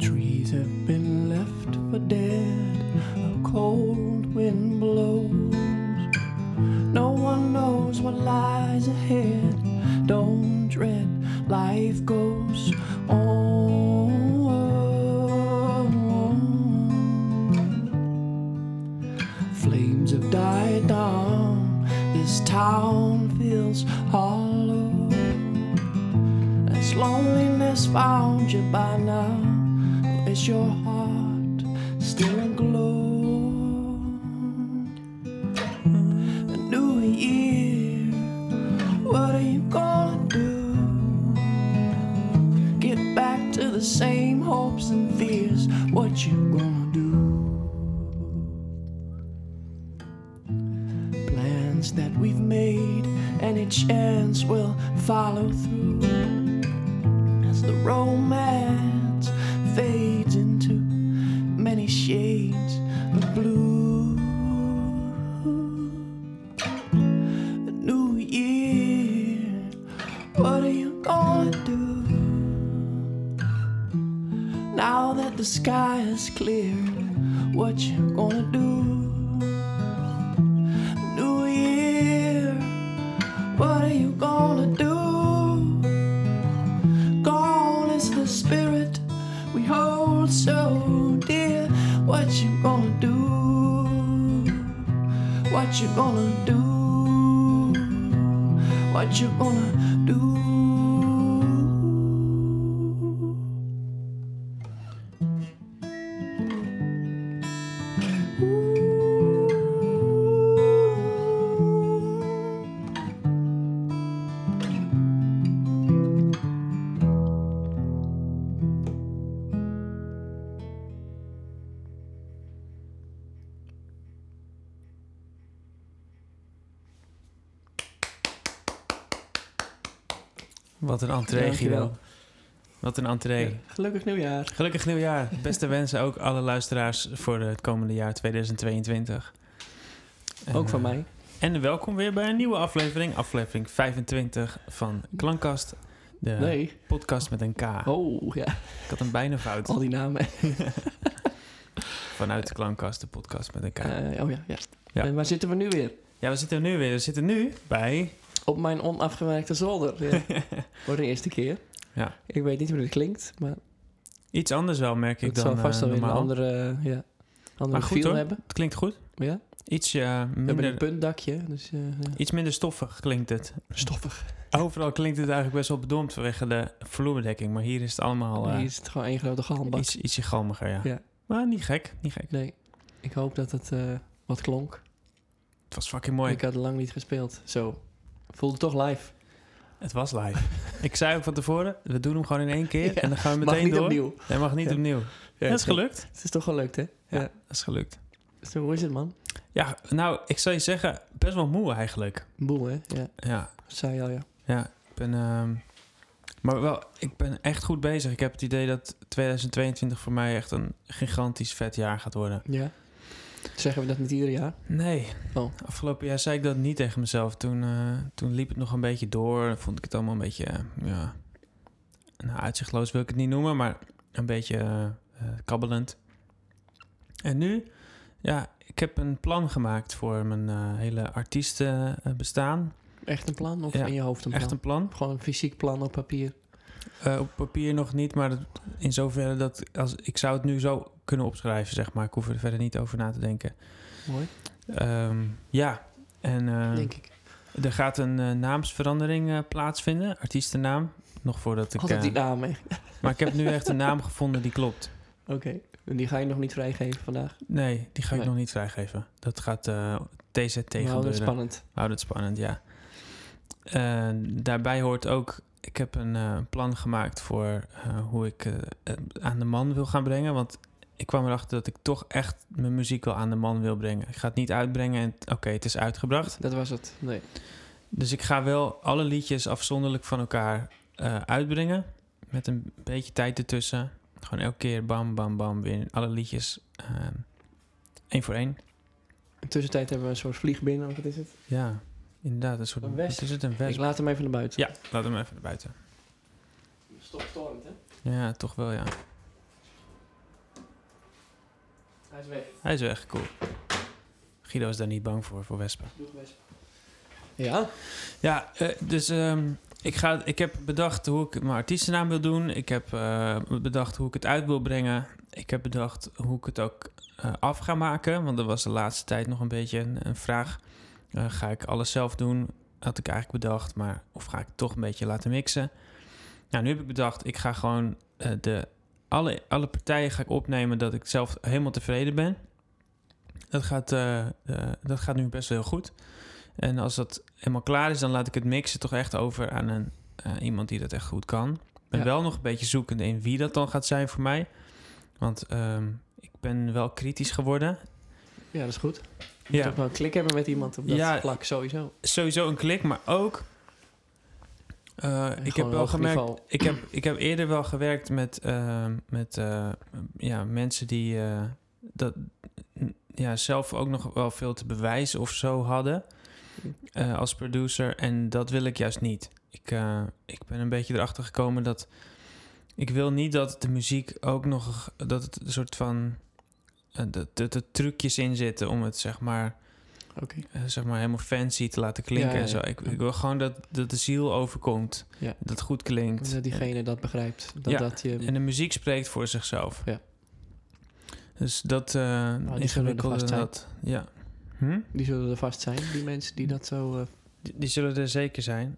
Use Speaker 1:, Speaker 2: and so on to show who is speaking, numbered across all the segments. Speaker 1: Trees have been left for dead. A cold wind blows. No one knows what lies ahead. Don't dread, life goes on. Flames have died down. This town feels hollow. Has loneliness found you by now? Is your heart still aglow? A new year, what are you gonna do? Get back to the same hopes and fears. What you gonna do? Plans that we've made, any chance will follow through as the romance fades into many shades of blue. A new year, what are you gonna do now that the sky is clear? What you gonna do? New year, what are you gonna do? Gone is the spirit we hold so dear. What you gonna do? What you gonna do? What you gonna do?
Speaker 2: Wat een entree,
Speaker 1: Dankjewel.
Speaker 2: Guido. Wat een entree.
Speaker 1: Gelukkig nieuwjaar.
Speaker 2: Gelukkig nieuwjaar. Beste wensen ook alle luisteraars voor het komende jaar 2022. En,
Speaker 1: Ook van
Speaker 2: eh,
Speaker 1: mij.
Speaker 2: En welkom weer bij een nieuwe aflevering. Aflevering 25 van Klankkast. De
Speaker 1: Nee.
Speaker 2: podcast met een K.
Speaker 1: Oh ja,
Speaker 2: Ik had een bijna fout.
Speaker 1: al die namen.
Speaker 2: Vanuit de Klankkast, de podcast met een K.
Speaker 1: Eh, oh ja, ja.
Speaker 2: Ja.
Speaker 1: En waar zitten we nu weer?
Speaker 2: Ja, we zitten nu weer. We zitten nu bij...
Speaker 1: Op mijn onafgewerkte zolder. Ja. Voor de eerste keer.
Speaker 2: Ja.
Speaker 1: Ik weet niet hoe dit klinkt, maar
Speaker 2: Iets anders wel, merk ik
Speaker 1: het
Speaker 2: dan
Speaker 1: zal vast wel
Speaker 2: eh,
Speaker 1: weer een
Speaker 2: normaal.
Speaker 1: andere, eh, ja, andere
Speaker 2: Maar goed,
Speaker 1: feel
Speaker 2: hoor.
Speaker 1: hebben.
Speaker 2: Het klinkt goed.
Speaker 1: Ja.
Speaker 2: Iets, eh,
Speaker 1: We hebben een
Speaker 2: minder,
Speaker 1: puntdakje, dus eh, ja.
Speaker 2: iets minder stoffig klinkt het.
Speaker 1: stoffig.
Speaker 2: Overal klinkt het eigenlijk best wel bedompt vanwege de vloerbedekking. Maar hier is het allemaal eh,
Speaker 1: Hier is het gewoon één grote galmbak.
Speaker 2: iets, ietsje galmiger, ja.
Speaker 1: Ja.
Speaker 2: Maar niet gek, niet gek.
Speaker 1: Nee, ik hoop dat het eh, wat klonk.
Speaker 2: Het was fucking mooi.
Speaker 1: Ik had lang niet gespeeld. Zo, voelde toch live.
Speaker 2: Het was live. ik zei ook van tevoren, we doen hem gewoon in één keer
Speaker 1: Ja,
Speaker 2: en dan gaan we
Speaker 1: Mag
Speaker 2: meteen
Speaker 1: niet
Speaker 2: door.
Speaker 1: opnieuw.
Speaker 2: Hij mag niet
Speaker 1: Ja.
Speaker 2: opnieuw.
Speaker 1: Ja,
Speaker 2: dat is gelukt.
Speaker 1: Het is toch gelukt, hè? Ja.
Speaker 2: Ja, dat is gelukt.
Speaker 1: Zo, hoe is het, man?
Speaker 2: Ja, nou, ik zou je zeggen, best wel moe eigenlijk.
Speaker 1: Boel, hè? Ja,
Speaker 2: Ja,
Speaker 1: dat zei je al, ja.
Speaker 2: ja. Ik ben, ehm, maar wel, ik ben echt goed bezig. Ik heb het idee dat 2022 voor mij echt een gigantisch vet jaar gaat worden.
Speaker 1: Ja. Zeggen we dat niet ieder jaar?
Speaker 2: Nee.
Speaker 1: Oh.
Speaker 2: Afgelopen jaar zei ik dat niet tegen mezelf. Toen, eh, toen liep het nog een beetje door. Dan vond ik het allemaal een beetje... eh, ja, nou, uitzichtloos wil ik het niet noemen, maar een beetje eh, eh, kabbelend. En nu, ja, ik heb een plan gemaakt voor mijn eh, hele artiestenbestaan.
Speaker 1: Echt een plan of
Speaker 2: Ja,
Speaker 1: in je hoofd een plan?
Speaker 2: Echt een plan.
Speaker 1: Gewoon een fysiek plan op papier.
Speaker 2: Eh, op papier nog niet, maar dat- in zoverre dat... Als, ik zou het nu zo kunnen opschrijven, zeg maar. Ik hoef er verder niet over na te denken.
Speaker 1: Mooi,
Speaker 2: Ehm, ja, en... eh,
Speaker 1: denk ik.
Speaker 2: Er gaat een eh, naamsverandering eh, plaatsvinden, artiestennaam. Nog voordat ik.
Speaker 1: Altijd
Speaker 2: eh,
Speaker 1: die naam, hè?
Speaker 2: maar ik heb nu echt een naam gevonden die klopt.
Speaker 1: Oké, en die ga je nog niet vrijgeven vandaag.
Speaker 2: Nee, die ga ik
Speaker 1: Nee.
Speaker 2: nog niet vrijgeven. Dat gaat eh TZT
Speaker 1: We houden het
Speaker 2: gebeuren.
Speaker 1: Nou, spannend.
Speaker 2: Houd het spannend, ja. Eh, daarbij hoort ook, ik heb een eh, plan gemaakt voor eh, hoe ik eh, het aan de man wil gaan brengen. Want ik kwam erachter dat ik toch echt mijn muziek wel aan de man wil brengen. Ik ga het niet uitbrengen en oké, het is uitgebracht.
Speaker 1: Dat was het. Nee.
Speaker 2: Dus ik ga wel alle liedjes afzonderlijk van elkaar eh, uitbrengen. Met een beetje tijd ertussen. Gewoon elke keer bam, bam, bam, weer alle liedjes. ehm één voor één.
Speaker 1: In de tussentijd hebben we een soort vlieg binnen, of wat is het?
Speaker 2: Ja, inderdaad. Een soort...
Speaker 1: Een wesp.
Speaker 2: Wat is het? Een
Speaker 1: Ik
Speaker 2: wesp?
Speaker 1: laat hem even naar buiten.
Speaker 2: Ja, laat hem even naar buiten.
Speaker 1: Stopstormend, hè?
Speaker 2: Ja, toch wel, ja.
Speaker 1: Hij is weg.
Speaker 2: Hij is weg, cool. Guido is daar niet bang voor, voor wespen.
Speaker 1: Ja?
Speaker 2: Ja, eh, dus ehm, ik, ga, ik heb bedacht hoe ik mijn artiestennaam wil doen. Ik heb eh, bedacht hoe ik het uit wil brengen. Ik heb bedacht hoe ik het ook eh, af ga maken. Want dat was de laatste tijd nog een beetje een, een vraag. Eh, ga ik alles zelf doen? Had ik eigenlijk bedacht. Maar of ga ik het toch een beetje laten mixen? Nou, nu heb ik bedacht, ik ga gewoon eh, de, alle, alle partijen ga ik opnemen dat ik zelf helemaal tevreden ben. Dat gaat, eh, eh, dat gaat nu best wel heel goed. En als dat helemaal klaar is, dan laat ik het mixen toch echt over aan een, eh, iemand die dat echt goed kan. Ik ben
Speaker 1: Ja.
Speaker 2: wel nog een beetje zoekende in wie dat dan gaat zijn voor mij. Want ehm, ik ben wel kritisch geworden.
Speaker 1: Ja, dat is goed. Je moet
Speaker 2: Ja,
Speaker 1: ook wel een klik hebben met iemand op dat
Speaker 2: Ja.
Speaker 1: vlak, sowieso.
Speaker 2: sowieso een klik, maar ook. eh, ik heb
Speaker 1: Gewoon
Speaker 2: wel
Speaker 1: hoog
Speaker 2: gemerkt.
Speaker 1: niveau.
Speaker 2: Ik heb, ik heb eerder wel gewerkt met, eh, met eh, ja, mensen die eh, dat, n- ja, zelf ook nog wel veel te bewijzen of zo hadden
Speaker 1: Hm.
Speaker 2: eh, als producer. En dat wil ik juist niet. Ik, eh, ik ben een beetje erachter gekomen dat ik wil niet dat de muziek ook nog dat het een soort van eh, dat, dat er trucjes in zitten om het zeg maar,
Speaker 1: Oké.
Speaker 2: eh, zeg maar helemaal fancy te laten klinken
Speaker 1: Ja, ja,
Speaker 2: en zo.
Speaker 1: ja.
Speaker 2: Ik, ik wil gewoon dat, dat de ziel overkomt,
Speaker 1: Ja.
Speaker 2: dat het goed klinkt.
Speaker 1: Dat diegene dat begrijpt. Dat,
Speaker 2: Ja.
Speaker 1: dat je...
Speaker 2: En de muziek spreekt voor zichzelf.
Speaker 1: Ja. Oh,
Speaker 2: Dus dat eh
Speaker 1: zullen er
Speaker 2: ingewikkelde
Speaker 1: vast zijn.
Speaker 2: dat. Ja. Hm?
Speaker 1: Die zullen er vast zijn, die mensen die dat zo... eh
Speaker 2: Die, die zullen er zeker zijn.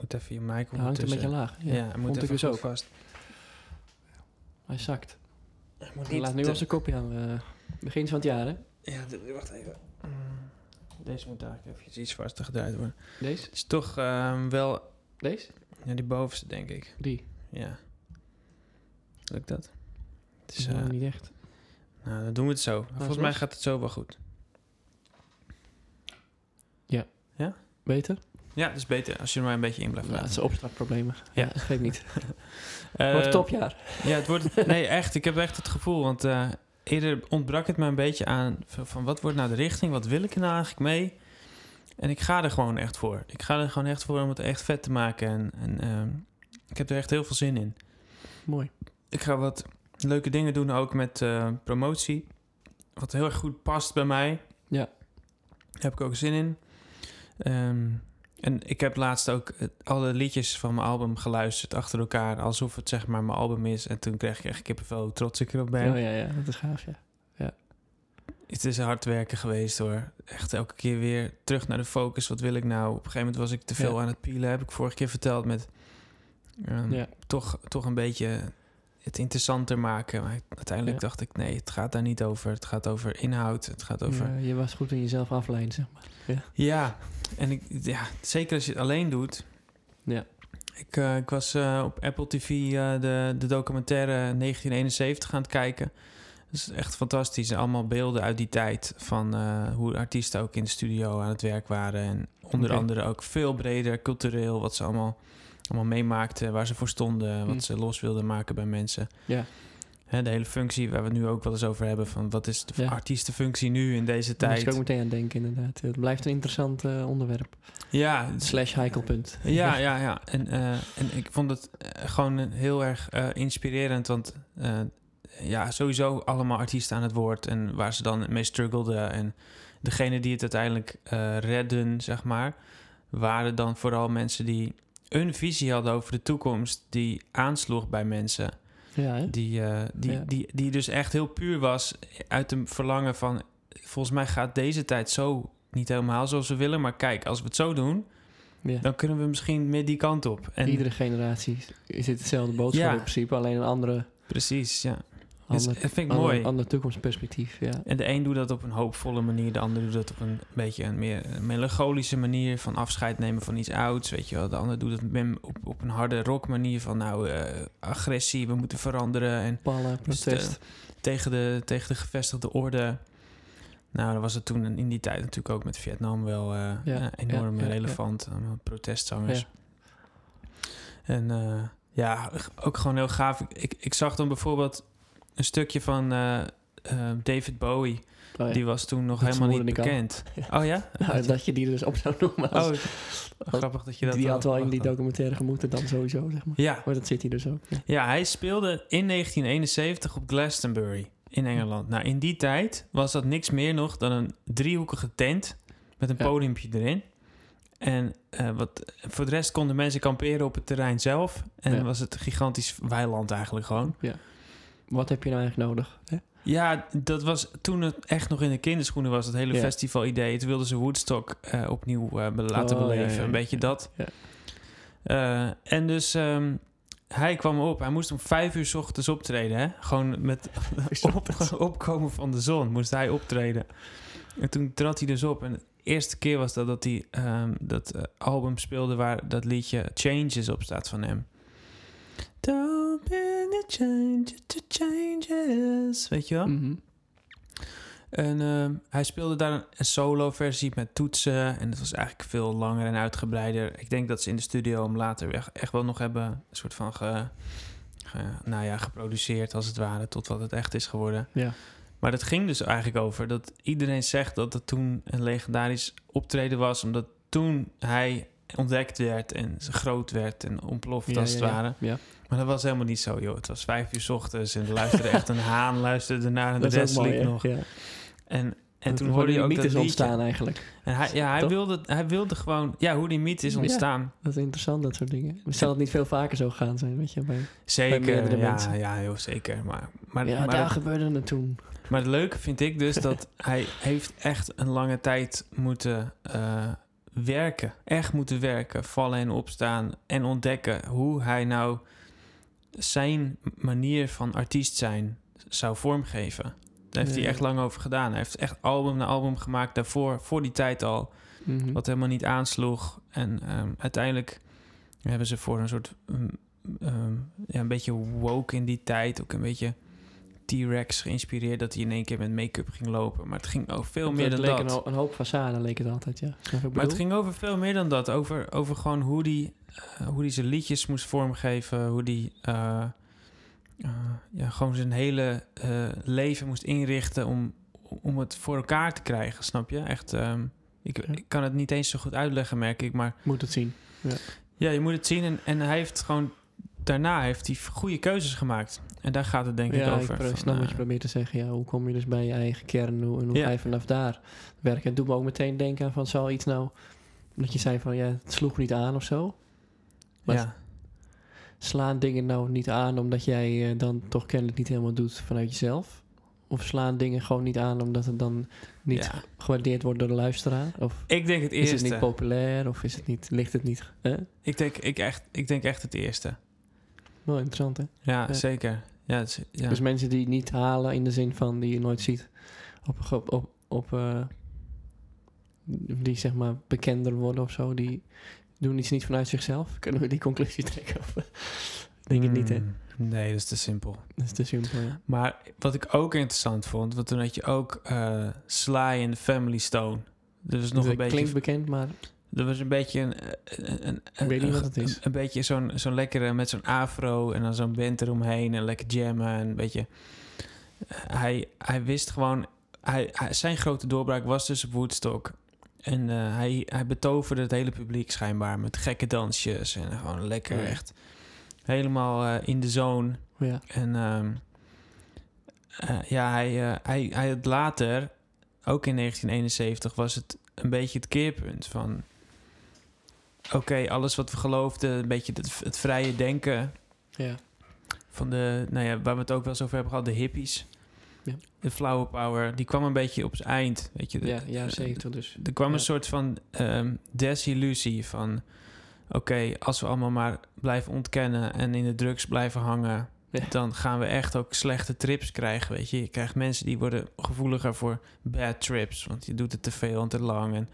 Speaker 2: Moet even je mic
Speaker 1: hangt een
Speaker 2: ondertussen-
Speaker 1: beetje laag. Ja,
Speaker 2: Ja, hij moet
Speaker 1: vond ik
Speaker 2: even
Speaker 1: dus
Speaker 2: goed
Speaker 1: ook.
Speaker 2: vast.
Speaker 1: Hij zakt.
Speaker 2: Hij moet
Speaker 1: Hij
Speaker 2: niet
Speaker 1: laat nu
Speaker 2: te-
Speaker 1: al zijn kopje aan. eh, begin van het jaar, hè?
Speaker 2: Ja, d- wacht even. Mm. Deze moet eigenlijk eventjes iets vaster gedraaid worden.
Speaker 1: Deze?
Speaker 2: Het is toch ehm, wel...
Speaker 1: Deze?
Speaker 2: Ja, die bovenste, denk ik.
Speaker 1: Die.
Speaker 2: Ja. Lukt dat? Het
Speaker 1: Dus,
Speaker 2: is, eh,
Speaker 1: niet echt.
Speaker 2: nou, dan doen we het zo. Volgens mij
Speaker 1: los.
Speaker 2: gaat het zo wel goed.
Speaker 1: Beter?
Speaker 2: Ja, dat is beter als je er maar een beetje in blijft
Speaker 1: Ja, het
Speaker 2: laten.
Speaker 1: zijn opstartproblemen.
Speaker 2: Ja.
Speaker 1: Ja, dat geeft niet.
Speaker 2: Eh,
Speaker 1: Wordt topjaar.
Speaker 2: Ja, het wordt. Nee, echt. Ik heb echt het gevoel. Want eh, eerder ontbrak het me een beetje aan. v- van wat wordt nou de richting? Wat wil ik er nou eigenlijk mee? En ik ga er gewoon echt voor. Ik ga er gewoon echt voor om het echt vet te maken. En, en ehm, ik heb er echt heel veel zin in.
Speaker 1: Mooi.
Speaker 2: Ik ga wat leuke dingen doen ook met eh, promotie. Wat heel erg goed past bij mij.
Speaker 1: Ja.
Speaker 2: Daar heb ik ook zin in. Ehm, en ik heb laatst ook eh, alle liedjes van mijn album geluisterd achter elkaar. Alsof het zeg maar mijn album is. En toen kreeg ik echt kippenvel hoe trots ik erop ben.
Speaker 1: Oh ja, ja, dat is gaaf, ja.
Speaker 2: Het is hard werken geweest hoor. Echt elke keer weer terug naar de focus. Wat wil ik nou? Op een gegeven moment was ik te veel
Speaker 1: Ja.
Speaker 2: aan het pielen. Heb ik vorige keer verteld met... ehm,
Speaker 1: Ja.
Speaker 2: toch, toch een beetje het interessanter maken. Maar uiteindelijk
Speaker 1: Ja.
Speaker 2: dacht ik, nee, het gaat daar niet over. Het gaat over inhoud. Het gaat over...
Speaker 1: Ja, je was goed in jezelf afleiden, zeg maar.
Speaker 2: Ja, en ik, ja, zeker als je het alleen doet.
Speaker 1: Ja.
Speaker 2: Ik, eh, ik was eh, op Apple TV eh, de, de documentaire 1971 aan het kijken. Dat is echt fantastisch. Allemaal beelden uit die tijd van eh, hoe artiesten ook in de studio aan het werk waren. En onder
Speaker 1: Oké.
Speaker 2: andere ook veel breder cultureel wat ze allemaal, allemaal meemaakten, waar ze voor stonden, wat
Speaker 1: Hm.
Speaker 2: ze los wilden maken bij mensen.
Speaker 1: Ja.
Speaker 2: Hè, de hele functie waar we het nu ook wel eens over hebben van wat is de
Speaker 1: Ja.
Speaker 2: artiestenfunctie nu in deze
Speaker 1: Daar moest
Speaker 2: tijd.
Speaker 1: ik ook meteen aan denken, inderdaad. Het blijft een interessant eh, onderwerp.
Speaker 2: Ja, het is-
Speaker 1: Slash heikelpunt.
Speaker 2: Ja, ja, ja. En, eh, en ik vond het eh, gewoon heel erg eh, inspirerend. Want eh, ja, sowieso allemaal artiesten aan het woord. En waar ze dan mee struggelden. En degene die het uiteindelijk eh, redden, zeg maar, waren dan vooral mensen die een visie hadden over de toekomst die aansloeg bij mensen.
Speaker 1: Ja, hè?
Speaker 2: Die, eh, die,
Speaker 1: Ja.
Speaker 2: die, die dus echt heel puur was uit een verlangen van... volgens mij gaat deze tijd zo niet helemaal zoals we willen... maar kijk, als we het zo doen,
Speaker 1: Ja.
Speaker 2: dan kunnen we misschien meer die kant op. En
Speaker 1: Iedere generatie is dit hetzelfde boodschap
Speaker 2: Ja.
Speaker 1: in principe, alleen een andere,
Speaker 2: Precies, ja. Dus
Speaker 1: ander,
Speaker 2: dat vind ik mooi.
Speaker 1: ander, ander toekomstperspectief. Ja.
Speaker 2: En de een doet dat op een hoopvolle manier, de ander doet dat op een beetje een meer een melancholische manier van afscheid nemen van iets ouds, weet je wel. De ander doet het mem- op, op een harde rock manier van nou eh, agressie, we moeten veranderen en
Speaker 1: Pallen,
Speaker 2: Dus,
Speaker 1: protest.
Speaker 2: tegen de, tegen de gevestigde orde. Nou, dat was het toen in die tijd natuurlijk ook met Vietnam wel eh,
Speaker 1: Ja,
Speaker 2: eh, enorm
Speaker 1: ja, ja,
Speaker 2: relevant. Allemaal protestzangers. eh,
Speaker 1: Ja.
Speaker 2: En eh, ja, ook gewoon heel gaaf. Ik, ik, ik zag dan bijvoorbeeld een stukje van eh, eh, David Bowie.
Speaker 1: Oh, ja.
Speaker 2: Die was toen nog
Speaker 1: Dat
Speaker 2: helemaal niet
Speaker 1: vermoedde ik al.
Speaker 2: bekend. Oh ja?
Speaker 1: Nou, dat je die er dus op zou noemen. Als,
Speaker 2: Oh, grappig dat je dat
Speaker 1: die had wel in
Speaker 2: verwacht
Speaker 1: die documentaire gemoeten dan sowieso, zeg maar.
Speaker 2: Ja,
Speaker 1: Maar dat zit hier dus ook. Ja.
Speaker 2: ja, hij speelde in 1971 op Glastonbury in Engeland. Nou, in die tijd was dat niks meer nog dan een driehoekige tent met een
Speaker 1: Ja.
Speaker 2: podiumpje erin. En eh, wat, voor de rest konden mensen kamperen op het terrein zelf. En
Speaker 1: Ja.
Speaker 2: was het een gigantisch weiland eigenlijk gewoon.
Speaker 1: Wat heb je nou eigenlijk nodig? Hè?
Speaker 2: Ja, dat was toen het echt nog in de kinderschoenen was, dat hele
Speaker 1: Ja.
Speaker 2: festivalidee. Toen wilden ze Woodstock eh, opnieuw eh, be- laten
Speaker 1: Oh, ja,
Speaker 2: beleven,
Speaker 1: ja,
Speaker 2: een
Speaker 1: ja,
Speaker 2: beetje
Speaker 1: ja.
Speaker 2: dat.
Speaker 1: Ja.
Speaker 2: Eh, en dus ehm, hij kwam op. Hij moest om vijf uur 's ochtends optreden. Hè? Gewoon met op, opkomen van de zon moest hij optreden. En toen trad hij dus op. En de eerste keer was dat dat hij ehm, dat eh, album speelde waar dat liedje Changes op staat van hem. Don't be the change to changes. Weet je wel?
Speaker 1: Mhm.
Speaker 2: En ehm, hij speelde daar een, een solo-versie met toetsen. En het was eigenlijk veel langer en uitgebreider. Ik denk dat ze in de studio hem later echt, echt wel nog hebben... een soort van ge, ge- nou ja, geproduceerd als het ware... tot wat het echt is geworden.
Speaker 1: Ja.
Speaker 2: Maar dat ging dus eigenlijk over dat iedereen zegt... dat het toen een legendarisch optreden was... omdat toen hij ontdekt werd en ze groot werd en ontploft
Speaker 1: Ja,
Speaker 2: als het
Speaker 1: ja, ja.
Speaker 2: ware.
Speaker 1: Ja.
Speaker 2: Maar dat was helemaal niet zo, joh. Het was vijf uur 's ochtends en er luisterde echt een haan... luisterde naar en de
Speaker 1: Dat is ook
Speaker 2: rest
Speaker 1: mooi,
Speaker 2: liep
Speaker 1: hè?
Speaker 2: nog.
Speaker 1: Ja.
Speaker 2: En, en
Speaker 1: Dat-
Speaker 2: toen
Speaker 1: hoe
Speaker 2: hoorde
Speaker 1: die
Speaker 2: je ook
Speaker 1: mythes
Speaker 2: dat liedje.
Speaker 1: ontstaan eigenlijk.
Speaker 2: En hij, ja, hij,
Speaker 1: Toch?
Speaker 2: wilde, hij wilde gewoon... Ja, hoe die mythe is
Speaker 1: Ja.
Speaker 2: ontstaan.
Speaker 1: Dat is interessant, dat soort dingen. Maar Zou dat niet veel vaker zo gaan zijn, weet je? Bij, meerdere
Speaker 2: Zeker, ja,
Speaker 1: mensen.
Speaker 2: ja, joh, zeker. Maar, maar,
Speaker 1: ja,
Speaker 2: maar,
Speaker 1: daar
Speaker 2: het,
Speaker 1: gebeurde het toen.
Speaker 2: maar het leuke vind ik dus dat hij heeft echt een lange tijd moeten eh, werken. Echt moeten werken, vallen en opstaan en ontdekken hoe hij nou zijn manier van artiest zijn zou vormgeven. Daar heeft
Speaker 1: Ja.
Speaker 2: hij echt lang over gedaan. Hij heeft echt album na album gemaakt daarvoor, voor die tijd al.
Speaker 1: Mhm.
Speaker 2: wat helemaal niet aansloeg. En ehm, uiteindelijk hebben ze voor een soort mm, ehm, ja, een beetje woke in die tijd, ook een beetje T-Rex geïnspireerd, dat hij in één keer met make-up ging lopen. Maar het ging over veel meer
Speaker 1: het
Speaker 2: dan
Speaker 1: leek
Speaker 2: dat.
Speaker 1: Een, ho- een hoop façade, leek het altijd, ja. Snap je wat ik
Speaker 2: maar het
Speaker 1: bedoel?
Speaker 2: ging over veel meer dan dat. Over, over gewoon hoe die, eh, hoe die zijn liedjes moest vormgeven. Hoe die eh, eh, ja, gewoon zijn hele eh, leven moest inrichten om, om het voor elkaar te krijgen, snap je? Echt, ehm, ik,
Speaker 1: Ja.
Speaker 2: ik kan het niet eens zo goed uitleggen, merk ik. Maar
Speaker 1: Moet het zien.
Speaker 2: ja, je moet het zien. En, en hij heeft gewoon... Daarna heeft hij goede keuzes gemaakt. En daar gaat het denk
Speaker 1: ja,
Speaker 2: ik over.
Speaker 1: pro-
Speaker 2: van,
Speaker 1: snap wat
Speaker 2: eh,
Speaker 1: je probeert te zeggen. Ja, hoe kom je dus bij je eigen kern hoe- en hoe
Speaker 2: Ja.
Speaker 1: ga je vanaf daar werken? Het doet me ook meteen denken aan van, zal iets nou... Dat je zei van, ja, het sloeg niet aan of zo. Wat?
Speaker 2: ja.
Speaker 1: Slaan dingen nou niet aan omdat jij eh, dan toch kennelijk niet helemaal doet vanuit jezelf? Of slaan dingen gewoon niet aan omdat het dan niet
Speaker 2: Ja.
Speaker 1: gewaardeerd wordt door de luisteraar? Of
Speaker 2: Ik denk het
Speaker 1: is
Speaker 2: eerste.
Speaker 1: het niet populair? Of is het niet, ligt het niet... Hè?
Speaker 2: ik, denk, ik, echt, ik denk echt het eerste.
Speaker 1: Wel interessant, hè?
Speaker 2: Ja,
Speaker 1: Ja.
Speaker 2: zeker. Ja, het is- ja.
Speaker 1: Dus mensen die het niet halen in de zin van die je nooit ziet. Op, ge- op, op, eh, die zeg maar bekender worden of zo. Die doen iets niet vanuit zichzelf. Kunnen we die conclusie trekken? Of, eh, denk het niet, hè?
Speaker 2: Mm, Nee, dat is te simpel.
Speaker 1: Dat is te simpel, ja.
Speaker 2: Maar wat ik ook interessant vond... want toen had je ook eh, Sly en de Family Stone. Dat was nog
Speaker 1: Dat
Speaker 2: een beetje...
Speaker 1: Klinkt bekend, maar
Speaker 2: Dat was een beetje een... een, een, een-
Speaker 1: weet niet
Speaker 2: een-
Speaker 1: wat het is.
Speaker 2: Een, een beetje zo'n zo'n lekkere... met zo'n afro en dan zo'n band eromheen... en lekker jammen en een beetje... eh, Hij, hij wist gewoon... Hij, hij- zijn grote doorbraak was dus op Woodstock. En eh, hij, hij betoverde het hele publiek schijnbaar... met gekke dansjes en gewoon lekker
Speaker 1: Oh Ja.
Speaker 2: echt... helemaal eh, in de zone.
Speaker 1: ja.
Speaker 2: En ehm, eh, ja, hij, eh, hij, hij had later, ook in 1971, was het een beetje het keerpunt van... Oké, alles wat we geloofden, een beetje het, het vrije denken
Speaker 1: ja.
Speaker 2: van de... Nou ja, waar we het ook wel eens over hebben gehad, de hippies.
Speaker 1: Ja.
Speaker 2: De flower power, die kwam een beetje op zijn eind, weet je. De-
Speaker 1: Ja, ja,
Speaker 2: de-
Speaker 1: zeker dus.
Speaker 2: er kwam
Speaker 1: Ja.
Speaker 2: een soort van ehm, desillusie van... Oké, als we allemaal maar blijven ontkennen en in de drugs blijven hangen...
Speaker 1: Ja.
Speaker 2: dan gaan we echt ook slechte trips krijgen, weet je. Je krijgt mensen die worden gevoeliger voor bad trips... want je doet het te veel en te lang. En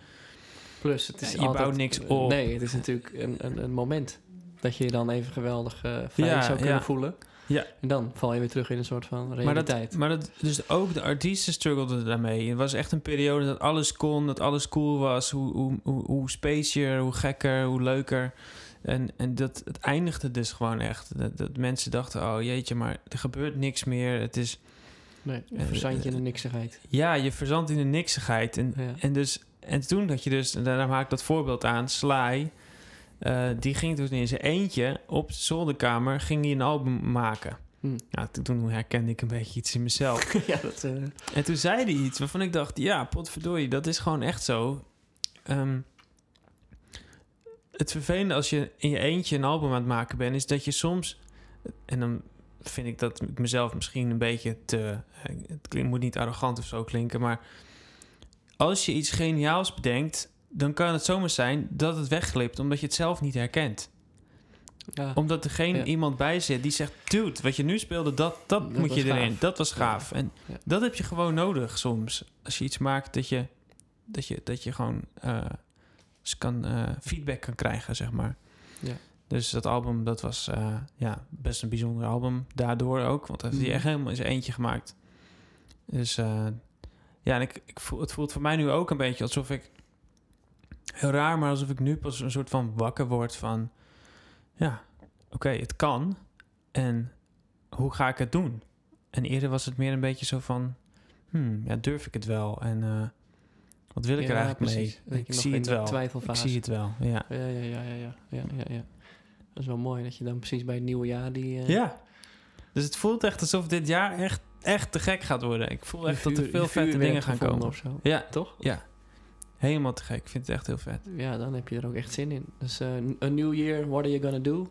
Speaker 1: Plus, het is
Speaker 2: Je
Speaker 1: altijd,
Speaker 2: bouwt niks op.
Speaker 1: Nee, het is natuurlijk een, een, een moment dat je je dan even geweldig eh, vrij
Speaker 2: Ja,
Speaker 1: zou kunnen
Speaker 2: ja.
Speaker 1: voelen.
Speaker 2: Ja.
Speaker 1: En dan val je weer terug in een soort van
Speaker 2: Maar dat-
Speaker 1: realiteit.
Speaker 2: Maar dat, dus ook de artiesten struggelden daarmee. Het was echt een periode dat alles kon, dat alles cool was. Hoe, hoe, hoe, hoe spacier, hoe gekker, hoe leuker. En, en dat, het eindigde dus gewoon echt. Dat, dat mensen dachten, oh jeetje, maar er gebeurt niks meer. Het is, eh,
Speaker 1: Nee, een verzandje in de niksigheid.
Speaker 2: ja, je verzandt in de niksigheid. En,
Speaker 1: Ja.
Speaker 2: en, dus, en toen dat je dus, en daarna haak ik dat voorbeeld aan, Sly... eh, die ging toen in zijn eentje op zijn zolderkamer ging hij een album maken.
Speaker 1: Hm.
Speaker 2: Nou, toen- toen herkende ik een beetje iets in mezelf.
Speaker 1: ja, dat... eh,
Speaker 2: En toen zei hij iets waarvan ik dacht, ja, potverdorie, dat is gewoon echt zo. Ehm, het vervelende als je in je eentje een album aan het maken bent, is dat je soms, en dan vind ik dat ik mezelf misschien een beetje te, eh, het klinkt, moet niet arrogant of zo klinken, maar als je iets geniaals bedenkt, dan kan het zomaar zijn dat het wegglipt omdat je het zelf niet herkent.
Speaker 1: ja.
Speaker 2: Omdat er geen
Speaker 1: Ja.
Speaker 2: iemand bij zit die zegt, dude, wat je nu speelde, dat, dat,
Speaker 1: Dat
Speaker 2: moet je
Speaker 1: was
Speaker 2: erin.
Speaker 1: gaaf."
Speaker 2: Dat was
Speaker 1: Ja.
Speaker 2: gaaf. En
Speaker 1: Ja.
Speaker 2: dat heb je gewoon nodig soms. Als je iets maakt dat je, dat je, dat je gewoon eh, s- kan, eh, feedback kan krijgen, zeg maar.
Speaker 1: Ja.
Speaker 2: Dus dat album, dat was eh, ja, best een bijzonder album. Daardoor ook, want dat heeft hij
Speaker 1: Mhm.
Speaker 2: echt helemaal in zijn eentje gemaakt. Dus eh, ja, en ik, ik voel, het voelt voor mij nu ook een beetje alsof ik... Heel raar, maar alsof ik nu pas een soort van wakker word van... Ja, oké, het kan. En hoe ga ik het doen? En eerder was het meer een beetje zo van... Hmm, ja, durf ik het wel? En eh, wat wil ik er
Speaker 1: Ja,
Speaker 2: eigenlijk
Speaker 1: precies. Dat
Speaker 2: mee?
Speaker 1: je
Speaker 2: Ik
Speaker 1: nog
Speaker 2: zie
Speaker 1: in
Speaker 2: het
Speaker 1: dat
Speaker 2: wel. Ik
Speaker 1: twijfelfase
Speaker 2: zie het wel, ja.
Speaker 1: Ja, ja, ja, ja, ja, ja, ja, ja. Dat is wel mooi dat je dan precies bij het nieuwe jaar die... eh,
Speaker 2: Ja. Dus het voelt echt alsof dit jaar echt, echt te gek gaat worden. Ik voel
Speaker 1: je
Speaker 2: echt dat
Speaker 1: vuur-
Speaker 2: er veel
Speaker 1: je
Speaker 2: vette
Speaker 1: vuurwerk
Speaker 2: dingen gaan
Speaker 1: gevonden
Speaker 2: komen.
Speaker 1: Of zo.
Speaker 2: Ja,
Speaker 1: Toch?
Speaker 2: helemaal te gek. Ik vind het echt heel vet.
Speaker 1: Ja, dan heb je er ook echt zin in. Dus eh, een new year, what are you gonna do?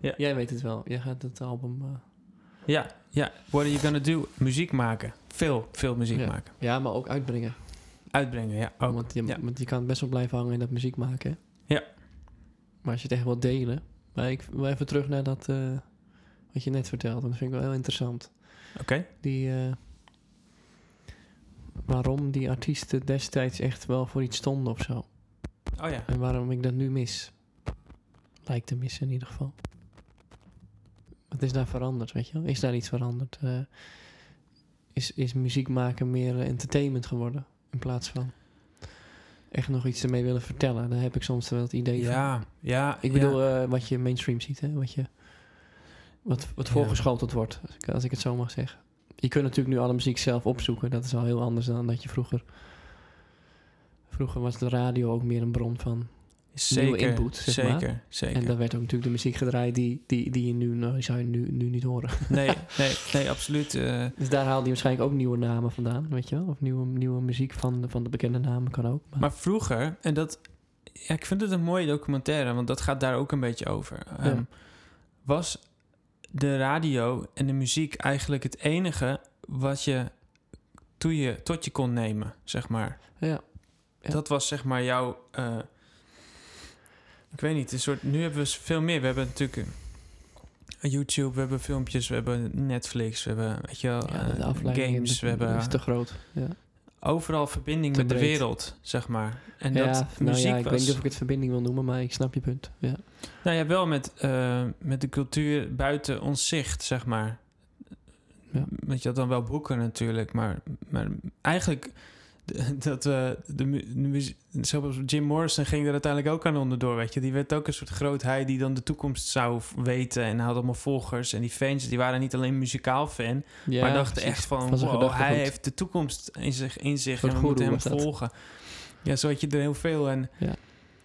Speaker 2: Ja.
Speaker 1: Jij weet het wel. Jij gaat het album... eh,
Speaker 2: Ja, ja. What are you gonna do? Muziek maken. Veel, veel muziek
Speaker 1: Ja.
Speaker 2: maken.
Speaker 1: ja, maar ook uitbrengen.
Speaker 2: Uitbrengen, ja. Ook.
Speaker 1: want, je,
Speaker 2: ja.
Speaker 1: want je kan best wel blijven hangen in dat muziek maken. hè?
Speaker 2: Ja.
Speaker 1: Maar als je het echt wilt delen... Maar ik wil even terug naar dat... eh, wat je net vertelde. want Dat vind ik wel heel interessant.
Speaker 2: Oké.
Speaker 1: die, eh, waarom die artiesten destijds echt wel voor iets stonden of zo.
Speaker 2: Oh ja.
Speaker 1: En waarom ik dat nu mis. Lijkt te missen in ieder geval. Wat is daar veranderd, weet je wel? Is daar iets veranderd? Eh, is, is muziek maken meer eh, entertainment geworden? In plaats van echt nog iets ermee willen vertellen. Daar heb ik soms wel het idee van.
Speaker 2: Ja, ja.
Speaker 1: Ik bedoel, eh, wat je mainstream ziet, hè? Wat, je, wat, wat
Speaker 2: Ja.
Speaker 1: voorgeschoteld wordt, als ik, als ik het zo mag zeggen. Je kunt natuurlijk nu alle muziek zelf opzoeken. Dat is al heel anders dan dat je vroeger... Vroeger was de radio ook meer een bron van...
Speaker 2: zeker,
Speaker 1: input, zeg
Speaker 2: zeker,
Speaker 1: maar.
Speaker 2: zeker.
Speaker 1: En daar werd ook natuurlijk de muziek gedraaid die, die, die je nu, nou, die zou je nu, nu niet horen.
Speaker 2: Nee, nee, nee, absoluut. eh,
Speaker 1: Dus daar haalde je waarschijnlijk ook nieuwe namen vandaan, weet je wel? Of nieuwe, nieuwe muziek van de, van de bekende namen kan ook. Maar,
Speaker 2: Maar vroeger, en dat. Ja, ik vind het een mooie documentaire, want dat gaat daar ook een beetje over. Ehm, was de radio en de muziek eigenlijk het enige wat je, toe je tot je kon nemen, zeg maar.
Speaker 1: ja, Ja.
Speaker 2: Dat was zeg maar jouw. eh, ik weet niet, een soort. Nu hebben we veel meer. We hebben natuurlijk. eh, YouTube, we hebben filmpjes, we hebben Netflix, we hebben weet je wel,
Speaker 1: ja, de
Speaker 2: eh,
Speaker 1: afleiding in
Speaker 2: games,
Speaker 1: de-
Speaker 2: we hebben
Speaker 1: is te groot. Ja,
Speaker 2: overal verbinding
Speaker 1: te
Speaker 2: met de
Speaker 1: breed.
Speaker 2: wereld, zeg maar. En
Speaker 1: ja,
Speaker 2: dat
Speaker 1: nou
Speaker 2: muziek
Speaker 1: ja, ik
Speaker 2: was.
Speaker 1: weet niet of ik het verbinding wil noemen, maar ik snap je punt. Ja.
Speaker 2: Nou ja, wel met, eh, met de cultuur buiten ons zicht, zeg maar.
Speaker 1: Ja.
Speaker 2: Want je had dan wel boeken natuurlijk, maar, maar eigenlijk d- dat we de, mu- de muzie- zoals Jim Morrison ging er uiteindelijk ook aan onderdoor, weet je. Die werd ook een soort grootheid die dan de toekomst zou v- weten en hij had allemaal volgers en die fans die waren niet alleen muzikaal fan,
Speaker 1: Ja,
Speaker 2: maar dachten
Speaker 1: precies.
Speaker 2: echt van,
Speaker 1: Van zijn
Speaker 2: wow,
Speaker 1: gedachtegoed.
Speaker 2: hij heeft de toekomst in zich, in zich
Speaker 1: soort
Speaker 2: en we moeten
Speaker 1: goeroe
Speaker 2: hem
Speaker 1: was dat.
Speaker 2: volgen. Ja, zo had je er heel veel en